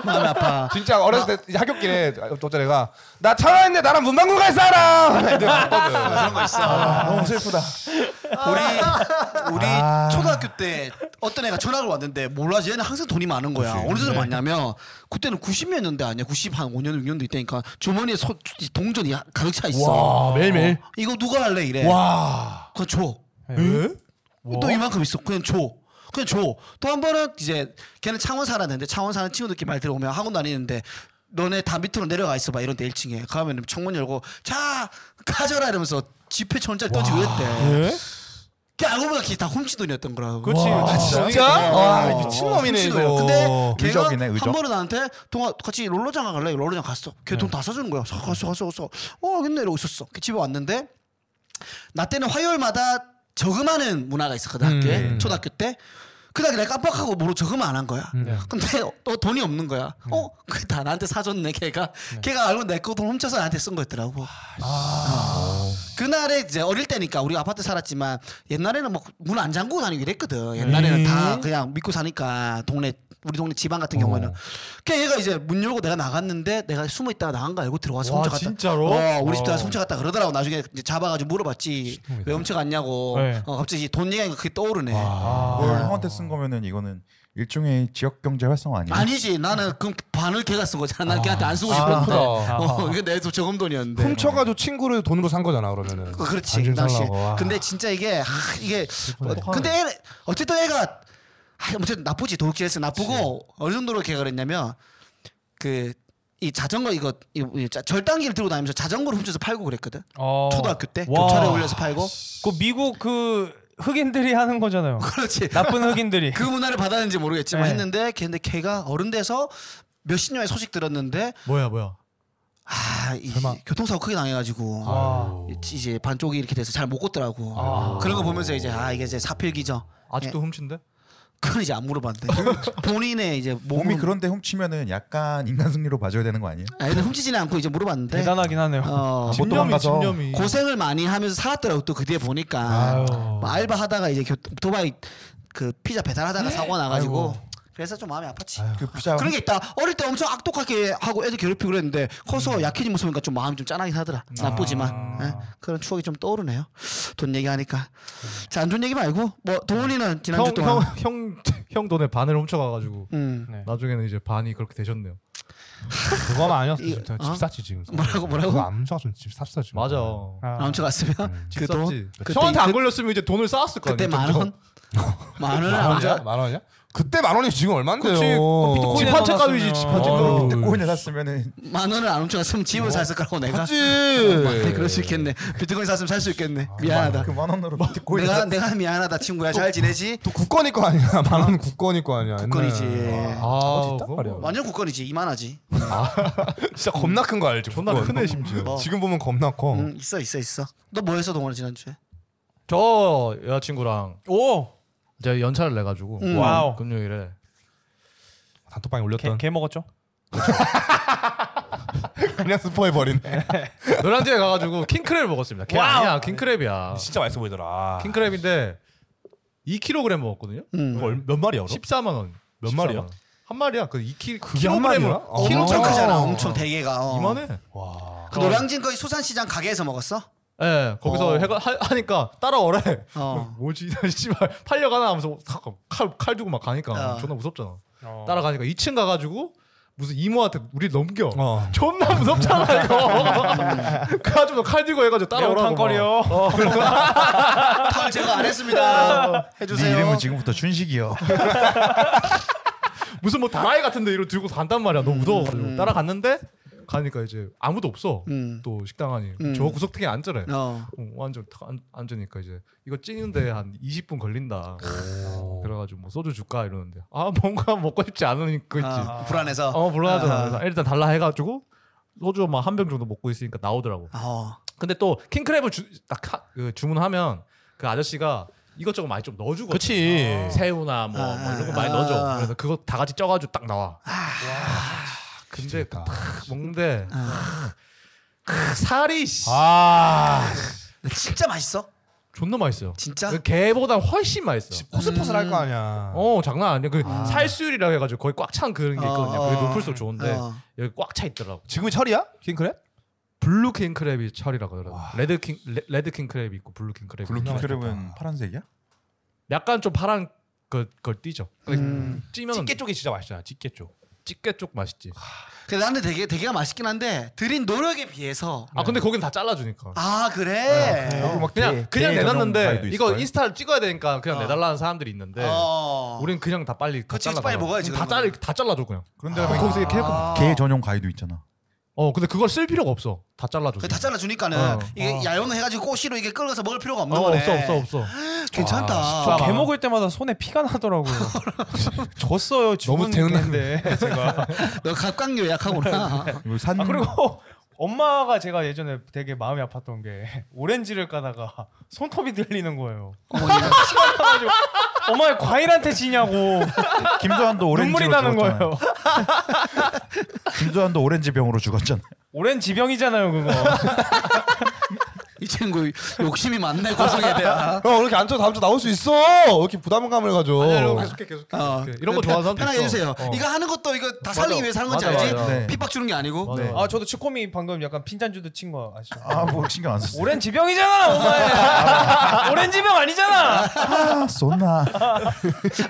Speaker 2: 마음 아파.
Speaker 3: 진짜 어렸을 때 학교길에 또자리가 나 천원인데 나랑 문방구 갈 사람 애들 아, 봤거든.
Speaker 2: 그런 거 있어.
Speaker 1: 아, 너무 슬프다.
Speaker 2: 우리 우리 초등학교 때 어떤 애가 전학을 왔는데 몰라 얘는 항상 돈이 많은 거야. 어느 정도 많냐면 그때는 90몇 년대 아니야. 90 한 5년 6년도 있다니까 주머니에 소, 동전이 가득 차 있어.
Speaker 3: 와 매일매일
Speaker 2: 이거 누가 할래 이래.
Speaker 3: 와
Speaker 2: 그거 줘. 또 이만큼 있어. 그냥 줘. 그냥 줘. 또 한 번은 이제 걔는 창원 살았는데 창원 사는 친구들끼리 말 들어오면 학원 다니는데 너네 다 밑으로 내려가 있어봐 이런데 1층에 가면 창문 열고 자 가져라 이러면서 지폐 천원짜리 던지고 이랬대. 걔 알고 보니까 걔다 훔치돈이었던 거라고.
Speaker 4: 그렇지
Speaker 3: 진짜? 와 아, 미친놈이네
Speaker 2: 훔치돈이야.
Speaker 3: 이거
Speaker 2: 근데 걔가
Speaker 1: 의적이네, 의적.
Speaker 2: 한 번은 나한테 동아 같이 롤러장 갈래? 롤러장 갔어. 걔
Speaker 1: 네.
Speaker 2: 돈 다 사주는 거야. 사- 갔어 갔어 갔어. 어 근데 이러고 있었어. 걔 집에 왔는데 나 때는 화요일마다 저금하는 문화가 있었거든
Speaker 3: 음.
Speaker 2: 학교에
Speaker 3: 네.
Speaker 2: 초등학교 때 그다음에 내가 깜빡하고 모르고 저금 안 한 거야
Speaker 3: 음. 네.
Speaker 2: 근데 어, 또 돈이 없는 거야 어? 그게 다 나한테 사줬네 걔가 걔가 알고 내 거 돈 훔쳐서 나한테 쓴 거였더라고 아. 그날에 이제 어릴 때니까 우리 아파트 살았지만 옛날에는 뭐문 안 잠그고 다니기로 했거든 옛날에는
Speaker 3: 음.
Speaker 2: 다 그냥 믿고 사니까 동네 우리 동네 집안 같은 경우에는 걔 얘가 이제 문 열고 내가 나갔는데 내가 숨어 있다가 나간 거 알고 들어와서
Speaker 5: 와,
Speaker 2: 훔쳐갔다
Speaker 5: 진짜로?
Speaker 2: 어, 우리 집 때가 훔쳐갔다 그러더라고 나중에 이제 잡아가지고 물어봤지 왜 훔쳐갔냐고
Speaker 4: 네.
Speaker 2: 어, 갑자기 돈 얘기가 그게 떠오르네
Speaker 4: 아.
Speaker 1: 그걸 형한테 쓴 거면은 이거는 일종의 지역 경제 활성화 아니에요?
Speaker 2: 아니지 나는 그럼 반을 걔가 쓴 거잖아 난 걔한테 안 쓰고 싶었는데
Speaker 3: 아프다.
Speaker 2: 어, 이거 내 저금 돈이었는데
Speaker 3: 훔쳐가지고 친구를 돈으로 산 거잖아 그러면은
Speaker 2: 어, 네. 그렇지
Speaker 3: 안심
Speaker 2: 그 당시
Speaker 3: 살라고. 아. 와.
Speaker 2: 근데 진짜 이게 아, 이게 어, 근데 애, 어쨌든 애가 아, 아무튼 나쁘지 도둑질해서 나쁘고 어느 정도로 걔가 그랬냐면 그 이 자전거 이거 이, 이 자- 절단기를 들고 다니면서 자전거를 훔쳐서 팔고 그랬거든
Speaker 4: 어.
Speaker 2: 초등학교 때
Speaker 4: 와.
Speaker 2: 교차로에 올려서 팔고
Speaker 4: 그 미국 그 흑인들이 하는 거잖아요
Speaker 2: 그렇지
Speaker 4: 나쁜 흑인들이
Speaker 2: 그 문화를 받았는지 모르겠지만
Speaker 4: 네.
Speaker 2: 했는데 걔- 근데 걔가 어른 돼서 몇십 년의 소식 들었는데
Speaker 5: 뭐야 뭐야.
Speaker 2: 아, 이 교통사고 크게 당해가지고
Speaker 4: 아.
Speaker 2: 이- 이제 반쪽이 이렇게 돼서 잘 못 걷더라고 그런 거 보면서 이제 아 이게 이제 사필기죠
Speaker 5: 아직도
Speaker 2: 네.
Speaker 5: 훔친데?
Speaker 2: 그건 이제 안 물어봤는데 본인의 이제 몸
Speaker 1: 몸이 그런데 훔치면은 약간 인간 승리로 봐줘야 되는 거 아니에요?
Speaker 2: 애들 훔치지는 않고 이제 물어봤는데
Speaker 4: 대단하긴 하네요
Speaker 2: 어,
Speaker 1: 뭐 도망가서
Speaker 5: 집념이.
Speaker 2: 고생을 많이 하면서 살았더라고 또 그 뒤에 보니까
Speaker 5: 아유.
Speaker 2: 뭐 알바 하다가 이제 교- 오토바이 그 피자 배달하다가 사고 가 나가지고 그래서 좀 마음이 아팠지.
Speaker 1: 그 부자
Speaker 2: 그런 게 있다. 어릴 때 엄청 악독하게 하고 애들 괴롭히고 그랬는데 커서 약해진 모습 보니까 좀 마음이 좀 짠하긴 하더라. 나쁘지만 예, 그런 추억이 좀 떠오르네요. 돈 얘기하니까. 자 안 좋은 얘기 말고 뭐 동훈이는 지난주
Speaker 5: 형
Speaker 2: 동안
Speaker 5: 형 형 형 돈에 반을 훔쳐가가지고
Speaker 2: 음,
Speaker 5: 나중에는 이제 반이 그렇게 되셨네요.
Speaker 3: 그거만 아니었어.
Speaker 2: 이-
Speaker 3: 진짜
Speaker 2: 어?
Speaker 3: 집 샀지 지금.
Speaker 2: 뭐라고, 뭐라고?
Speaker 3: 그거 안 샀으면 집 샀어 지금.
Speaker 5: 맞아. 음.
Speaker 4: 아,
Speaker 2: 남쳐 갔으면
Speaker 5: 집
Speaker 2: 그돈
Speaker 5: 샀지.
Speaker 2: 그때-
Speaker 5: 형한테 안 걸렸으면 이제 돈을 쌓았을 거
Speaker 2: 그때
Speaker 5: 아니에요.
Speaker 2: 만 원, 만 원을
Speaker 3: 만
Speaker 2: 안
Speaker 3: 원이야?
Speaker 2: 줘.
Speaker 3: 만 원이야? 그때 만 원이 지금 얼마인데요?
Speaker 5: 그치. 어,
Speaker 4: 비트코인
Speaker 5: 집한 채 값이지 집한 채
Speaker 3: 어휴.
Speaker 5: 값.
Speaker 1: 코인을 샀으면은
Speaker 2: 만 원을 안 훔쳐갔으면
Speaker 5: 뭐?
Speaker 2: 집을 샀을 거라고 내가. 네, 그럴 수 있겠네. 비트코인 샀으면 살 수 있겠네.
Speaker 5: 아, 뭐,
Speaker 2: 미안하다.
Speaker 1: 그 만 원으로 비트코인
Speaker 2: 내가 내가 미안하다 친구야. 잘 지내지?
Speaker 3: 또 국건이 거 아니야? 만원 국건이 거 아니야?
Speaker 2: 국건이지.
Speaker 3: 옛날에.
Speaker 5: 아,
Speaker 3: 어디 있단
Speaker 5: 그거?
Speaker 3: 말이야.
Speaker 2: 완전 국건이지. 이만하지.
Speaker 3: 어, 진짜 겁나 큰 거 알지?
Speaker 5: 존나
Speaker 3: 국건.
Speaker 5: 크네, 심지어.
Speaker 2: 어. 음.
Speaker 3: 지금 보면 겁나 커.
Speaker 2: 응, 있어 있어 있어. 너 뭐 했어 동원아 지난주에?
Speaker 5: 저 여자친구랑
Speaker 4: 오
Speaker 5: 제가 연차를 내 가지고
Speaker 2: 음.
Speaker 4: 와우.
Speaker 5: 금요일에
Speaker 3: 단톡방에
Speaker 4: 개,
Speaker 3: 올렸던
Speaker 4: 개 먹었죠?
Speaker 3: 그냥 스포해 버리네.
Speaker 5: 노란지에 가가지고 킹크랩을 먹었습니다. 걔
Speaker 4: 와우.
Speaker 5: 아니야 킹크랩이야.
Speaker 3: 진짜 맛있어 보이더라.
Speaker 5: 킹크랩인데 2kg 먹었거든요.
Speaker 2: 응.
Speaker 3: 그거 얼- 몇 마리야?
Speaker 5: 14만 원.
Speaker 3: 몇
Speaker 5: 14만
Speaker 3: 마리야?
Speaker 5: 원. 한 마리야. 그 2kg
Speaker 3: 그게 한 마리야? 어.
Speaker 2: 키로 엄청
Speaker 3: 어.
Speaker 2: 크잖아. 엄청 대게가. 어.
Speaker 5: 이만해.
Speaker 3: 와.
Speaker 2: 그 노량진 거의 수산시장 가게에서 먹었어?
Speaker 5: 예, 거기서
Speaker 2: 어.
Speaker 5: 해가 하, 하니까 따라오래.
Speaker 2: 어.
Speaker 5: 뭐지, 나 씨발 팔려가나 하면서 칼칼 칼 주고 막 가니까
Speaker 2: 어.
Speaker 5: 존나 무섭잖아.
Speaker 4: 어.
Speaker 5: 따라가니까 2층 가가지고 무슨 이모한테 우리 넘겨.
Speaker 3: 어.
Speaker 5: 존나 무섭잖아 이거. 그 아줌마 칼 들고 해가지고 따라오라고.
Speaker 4: 매운탕 거리요.
Speaker 5: 어,
Speaker 2: 아, 제가 안 했습니다.
Speaker 1: 네
Speaker 2: 해주세요. 어.
Speaker 1: 이름은 지금부터 춘식이요.
Speaker 5: 막. 무슨 뭐 다라이 같은데 이러 들고 간단 말이야. 너무 무서워가지고 따라갔는데 가니까 이제 아무도 없어.
Speaker 2: 음.
Speaker 5: 또 식당 안이
Speaker 2: 음.
Speaker 5: 저 구석탱이 앉으래.
Speaker 2: 어.
Speaker 5: 어, 완전 탁 앉- 앉으니까 이제 이거 찌는데 한 20분 걸린다. 그래가지고 뭐 소주 줄까 이러는데 아 뭔가 먹고 싶지 않으니까 있지.
Speaker 2: 아, 불안해서.
Speaker 5: 어 불안하잖아.
Speaker 2: 아.
Speaker 5: 그래서 일단 달라 해가지고 소주 막 한 병 정도 먹고 있으니까 나오더라고.
Speaker 2: 어.
Speaker 5: 근데 또 킹크랩을 주, 딱 하- 그 주문하면 그 아저씨가 이것저것 많이 좀 넣어주거든.
Speaker 3: 그치.
Speaker 5: 새우나 뭐,
Speaker 2: 아.
Speaker 5: 뭐 이런 거 많이 넣어줘. 그래서 그거 다 같이 쪄가지고 딱 나와. 근데
Speaker 3: 미치겠다.
Speaker 5: 딱 먹는데
Speaker 2: 아.
Speaker 5: 크, 살이 씨,
Speaker 3: 아.
Speaker 2: 진짜 맛있어?
Speaker 5: 존나 맛있어요.
Speaker 2: 진짜?
Speaker 5: 그 개보다 훨씬 맛있어.
Speaker 3: 포슬포슬할 거 아니야.
Speaker 5: 어 장난 아니야. 그 살수율이라고 해가지고 거의 꽉 찬 그런 게 있거든요.
Speaker 2: 어,
Speaker 5: 그게
Speaker 2: 어,
Speaker 5: 높을수록 좋은데
Speaker 2: 어.
Speaker 5: 여기 꽉 차 있더라고.
Speaker 3: 지금이 철이야? 킹크랩?
Speaker 5: 블루 킹 크랩이 철이라고 그러더라고. 레드 킹 레, 레드 킹 크랩이 있고 블루 킹 크랩이. 있고.
Speaker 1: 그룹은 파란색이야?
Speaker 5: 약간 좀 파란 걸, 걸 띠죠.
Speaker 2: 음.
Speaker 5: 음. 찌면
Speaker 3: 찌개 쪽이 진짜 맛있잖아. 찌개 쪽. 아,
Speaker 5: 찌개 쪽 맛있지.
Speaker 2: 근데 나는 되게 되게가 맛있긴 한데 들인 노력에 비해서
Speaker 5: 아 근데 거긴 다 잘라주니까. 뭐
Speaker 2: 아 그래.
Speaker 1: 그리고 막
Speaker 5: 그냥
Speaker 1: 대-
Speaker 5: 그냥
Speaker 1: 대 전용
Speaker 5: 내놨는데
Speaker 1: 과일도
Speaker 5: 이거
Speaker 1: 있을걸?
Speaker 5: 인스타를 찍어야 되니까 그냥
Speaker 2: 어.
Speaker 5: 내달라는 사람들이 있는데
Speaker 2: 어.
Speaker 5: 우린 그냥 다 빨리 다
Speaker 2: 그치,
Speaker 5: 잘라.
Speaker 2: 빨리 먹어야지,
Speaker 5: 다
Speaker 2: 그러면.
Speaker 5: 잘라 다 잘라줘 그냥.
Speaker 1: 그런데
Speaker 5: 거기서 이렇게 해갖고
Speaker 1: 아. 개 전용 가위도 있잖아.
Speaker 5: 어 근데 그걸 쓸 필요가 없어. 다 잘라줘.
Speaker 2: 그다 잘라 주니까는
Speaker 5: 어.
Speaker 2: 이게 얄연을 해가지고 꼬시로 이게 끌어서 먹을 필요가 없는
Speaker 5: 어,
Speaker 2: 거네.
Speaker 5: 없어 없어 없어.
Speaker 2: 괜찮다.
Speaker 5: 진짜
Speaker 4: 아, 개 먹을 때마다 손에 피가 나더라고요.
Speaker 3: 너무
Speaker 4: 졌어요. 죽은
Speaker 3: 대응했는데.
Speaker 4: 건데, 제가.
Speaker 2: 너 갑각류 약하구나.
Speaker 1: 이거 산
Speaker 4: 아, 그리고 엄마가 제가 예전에 되게 마음이 아팠던 게 오렌지를 까다가 손톱이 들리는 거예요. 피가 나가지고 엄마의 과일한테 지냐고
Speaker 1: 김도환도 오렌지로
Speaker 4: 눈물이 나는
Speaker 1: 죽었잖아요.
Speaker 4: 거예요.
Speaker 1: 김도환도 오렌지 병으로 죽었잖아.
Speaker 4: 오렌지 병이잖아요, 그거.
Speaker 2: 이 친구 욕심이 많네 고성에 대한.
Speaker 3: 형 이렇게 앉아 다음 주 나올 수 있어. 왜 이렇게 부담감을 가져.
Speaker 5: 아니야, 계속해 계속해.
Speaker 2: 어.
Speaker 5: 이런 거 좋아하는 사람
Speaker 2: 편하게 해주세요. 이거 하는 것도 이거 다 살리기 위해서 하는 건지
Speaker 5: 맞아,
Speaker 2: 알지?
Speaker 5: 맞아.
Speaker 1: 네.
Speaker 2: 핍박 주는 게 아니고.
Speaker 5: 맞아.
Speaker 4: 아, 저도 치코미 방금 약간 핀잔주도 친 거 아시죠?
Speaker 1: 아뭐 신경 안 썼어.
Speaker 4: 오렌지 병이잖아, 엄마야. 오렌지 병 아니잖아.
Speaker 1: 아, 쏜나.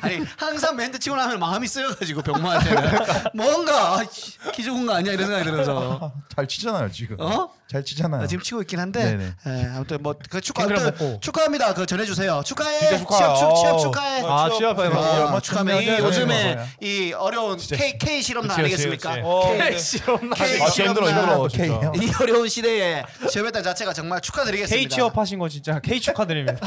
Speaker 2: 아니 항상 멘트 치고 나면 마음이 쓰여가지고 병마한테는 뭔가 아, 씨, 기죽은 거 아니야 이런 생각이 들어서.
Speaker 1: 잘 치잖아요 지금.
Speaker 2: 어?
Speaker 1: 잘
Speaker 2: 나
Speaker 1: 치잖아요.
Speaker 2: 지금 치고 있긴 한데. 예, 아무튼 뭐그 축하 아무튼
Speaker 5: 먹고.
Speaker 2: 축하합니다. 그 전해주세요. 축하해.
Speaker 3: 진짜 축하해요.
Speaker 2: 취업, 축, 취업 축하해.
Speaker 5: 아 취업해.
Speaker 1: 아,
Speaker 2: 아, 축하합니다.
Speaker 1: 엄마 축하합니다.
Speaker 2: 이 요즘에
Speaker 1: 축하해요.
Speaker 2: 이 어려운 K K 실험나 아니겠습니까?
Speaker 3: 그치,
Speaker 4: 어,
Speaker 5: 싫었나?
Speaker 2: K
Speaker 3: 아, 진짜 힘들어
Speaker 2: 실험나
Speaker 3: 힘들어 진짜.
Speaker 1: 오케이.
Speaker 2: 이 어려운 시대에 시험했던 자체가 정말 축하드리겠습니다.
Speaker 4: K 취업하신 거 진짜 K 축하드립니다.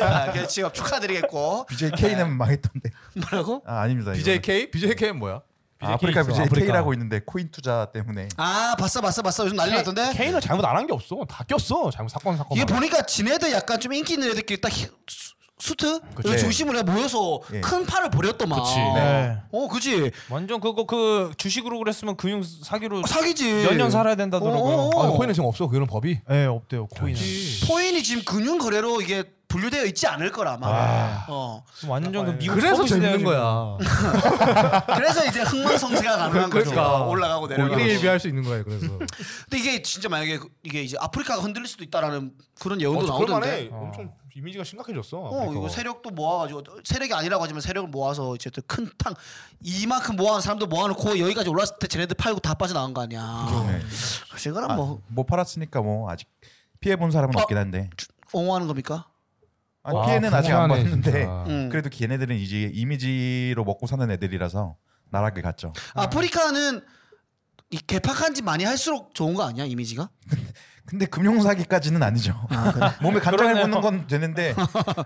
Speaker 2: 아, K 취업 축하드리겠고
Speaker 1: BJK는 망했던데.
Speaker 2: 뭐라고?
Speaker 1: 아 아닙니다. 이거는.
Speaker 5: BJK? BJK는 뭐야?
Speaker 1: 아, 아프리카
Speaker 3: BJK 있어,
Speaker 1: BJK라고 있는데 코인 투자 때문에
Speaker 2: 아 봤어 봤어 봤어 요즘 난리 났던데.
Speaker 3: 케인은 잘못 안 한 게 없어. 다 꼈어. 잘못 사건 사건.
Speaker 2: 이게 보니까 지네들 약간 좀 인기 있는 애들끼리 딱 히- 수- 수트
Speaker 1: 그치.
Speaker 2: 중심으로 해 모여서
Speaker 1: 예.
Speaker 2: 큰 팔을 벌였더만.
Speaker 3: 그치.
Speaker 4: 네.
Speaker 2: 어, 그지.
Speaker 4: 완전 그거 그 주식으로 그랬으면 금융 어, 사기로
Speaker 2: 사기지.
Speaker 4: 몇 년 살아야 된다더라고요.
Speaker 2: 어, 어, 어.
Speaker 3: 아, 코인은 지금 없어. 그거는 법이.
Speaker 4: 예, 없대요. 코인은.
Speaker 2: 코인이 지금 금융 거래로 이게 분류되어 있지 않을 거라 아마. 어.
Speaker 4: 완전 그 미국
Speaker 5: 그래서
Speaker 4: 서부 시대야,
Speaker 5: 재밌는
Speaker 4: 지금.
Speaker 2: 뭐.
Speaker 5: 거야.
Speaker 2: 그래서 이제 흥망성쇠가 가능한 거죠. 올라가고 내려가고.
Speaker 5: 일비할수 있는 거야. 그래서
Speaker 2: 근데 이게 진짜 만약에 그- 이게 이제 아프리카가 흔들릴 수도 있다라는 그런 예언도
Speaker 3: 어,
Speaker 2: 나오던데.
Speaker 3: 그럴만해. 엄청 이미지가 심각해졌어.
Speaker 2: 어,
Speaker 3: 아프리카가. 그러니까.
Speaker 2: 이거 세력도 모아가지고 세력이 아니라고 하지만 세력을 모아서 이제 또 큰 탕 이만큼 모아놓은 사람도 모아놓고 여기까지 올랐을 때 쟤네들 팔고 다 빠져나온 거 아니야. 글쎄 그럼 뭐
Speaker 1: 못 팔았으니까 아, 뭐 아직 피해 본 사람은
Speaker 2: 어.
Speaker 1: 없긴 한데
Speaker 2: 옹호하는 겁니까?
Speaker 1: 아, 피해는 아직 안
Speaker 5: 궁금하네,
Speaker 1: 봤는데
Speaker 5: 진짜.
Speaker 2: 음.
Speaker 1: 그래도 걔네들은 이제 이미지로 먹고 사는 애들이라서 나락에 갔죠.
Speaker 2: 아프리카는 이 개팍한 짓 많이 할수록 좋은 거 아니야 이미지가?
Speaker 1: 근데 금융 사기까지는 아니죠. 몸에 간장을
Speaker 4: 그러네요.
Speaker 1: 묻는 건 되는데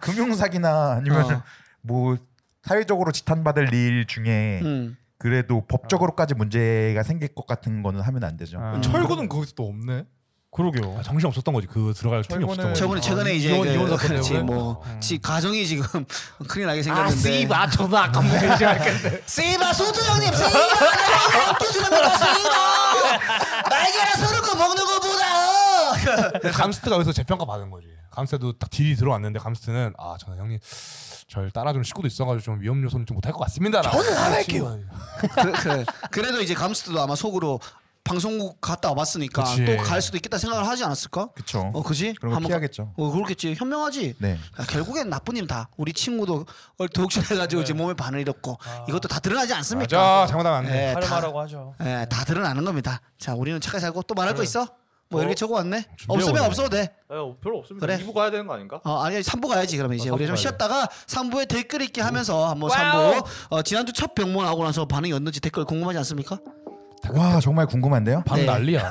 Speaker 1: 금융 사기나 아니면
Speaker 2: 어.
Speaker 1: 뭐 사회적으로 지탄받을 일 중에
Speaker 2: 음.
Speaker 1: 그래도 법적으로까지 문제가 생길 것 같은 거는 하면 안 되죠.
Speaker 4: 아.
Speaker 5: 철구는 거기서 또 없네.
Speaker 3: 그러게요. 정신 없었던 거지. 그 들어갈 틈이
Speaker 1: 철거는-
Speaker 3: 없었던 거지.
Speaker 2: 저번에 최근에 이제
Speaker 5: 이혼-
Speaker 2: 그,
Speaker 5: 이혼 사건
Speaker 2: 그렇지
Speaker 5: 때문에?
Speaker 2: 뭐 지, 가정이 지금 큰일 나게 생겼는데.
Speaker 5: 아, 저도 아까 뭐
Speaker 2: 아, 씨바 소주 형님 씨바 웃겨주는 거 씨바 날개라 서는 거 먹는 거보다 어!
Speaker 3: 감스트가 여기서 재평가 받은 거지. 감스트도 딱 딜이 들어왔는데 감스트는 아 저는 형님 절 따라주는 식구도 있어가지고 좀 위험 요소는 좀 못할 것 같습니다. 저는 안 할게요.
Speaker 2: 그, 래도 이제 감스트도 아마 속으로 방송국 갔다 와봤으니까
Speaker 3: 그치.
Speaker 2: 또 갈 수도 있겠다 생각을 하지 않았을까?
Speaker 1: 그쵸.
Speaker 2: 어 그지?
Speaker 1: 그런 거 피하겠죠.
Speaker 2: 어 그렇겠지. 현명하지.
Speaker 1: 네.
Speaker 2: 야, 결국엔 나쁜 힘 다. 우리 친구도 얼도둑질해가지고 이제 몸에 반을 잃었고 이것도 다 드러나지 않습니까?
Speaker 3: 맞아 장난감 안 돼.
Speaker 2: 예, 다,
Speaker 4: 하루마라고 하죠.
Speaker 2: 예, 다 드러나는 겁니다. 자 우리는 착하게 살고 또
Speaker 5: 네.
Speaker 2: 말할 거 있어? 뭐 이렇게 적어왔네.
Speaker 3: 오네.
Speaker 2: 없으면 없어도 돼.
Speaker 5: 예, 별로 없습니다.
Speaker 2: 그래.
Speaker 5: 이부 가야 되는 거 아닌가?
Speaker 2: 어, 아니, 3부 가야지, 그러면 이제.
Speaker 5: 어,
Speaker 2: 우리 좀
Speaker 5: 삼부 음. 가야
Speaker 2: 쉬었다가 3부에 댓글 읽기 하면서 한번
Speaker 4: 와우.
Speaker 2: 3부. 어, 지난주 첫 병문하고 나서 반응이 어떤지 댓글 궁금하지 않습니까?
Speaker 1: 와 정말 궁금한데요.
Speaker 3: 반
Speaker 2: 네.
Speaker 3: 난리야.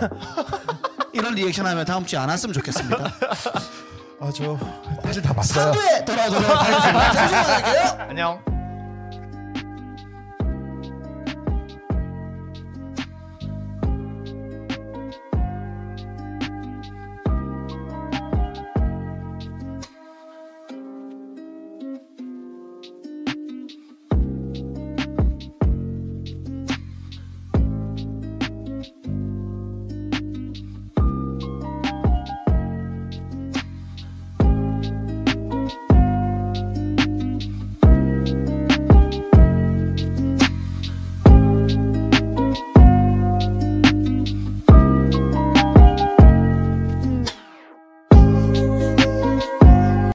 Speaker 2: 이런 리액션 하면 다음 주에 안 왔으면 좋겠습니다.
Speaker 1: 아저 사실 다 봤어요.
Speaker 5: 네.
Speaker 2: 3부에 돌아오도록 하겠습니다. 잠시만 할게요.
Speaker 5: 안녕.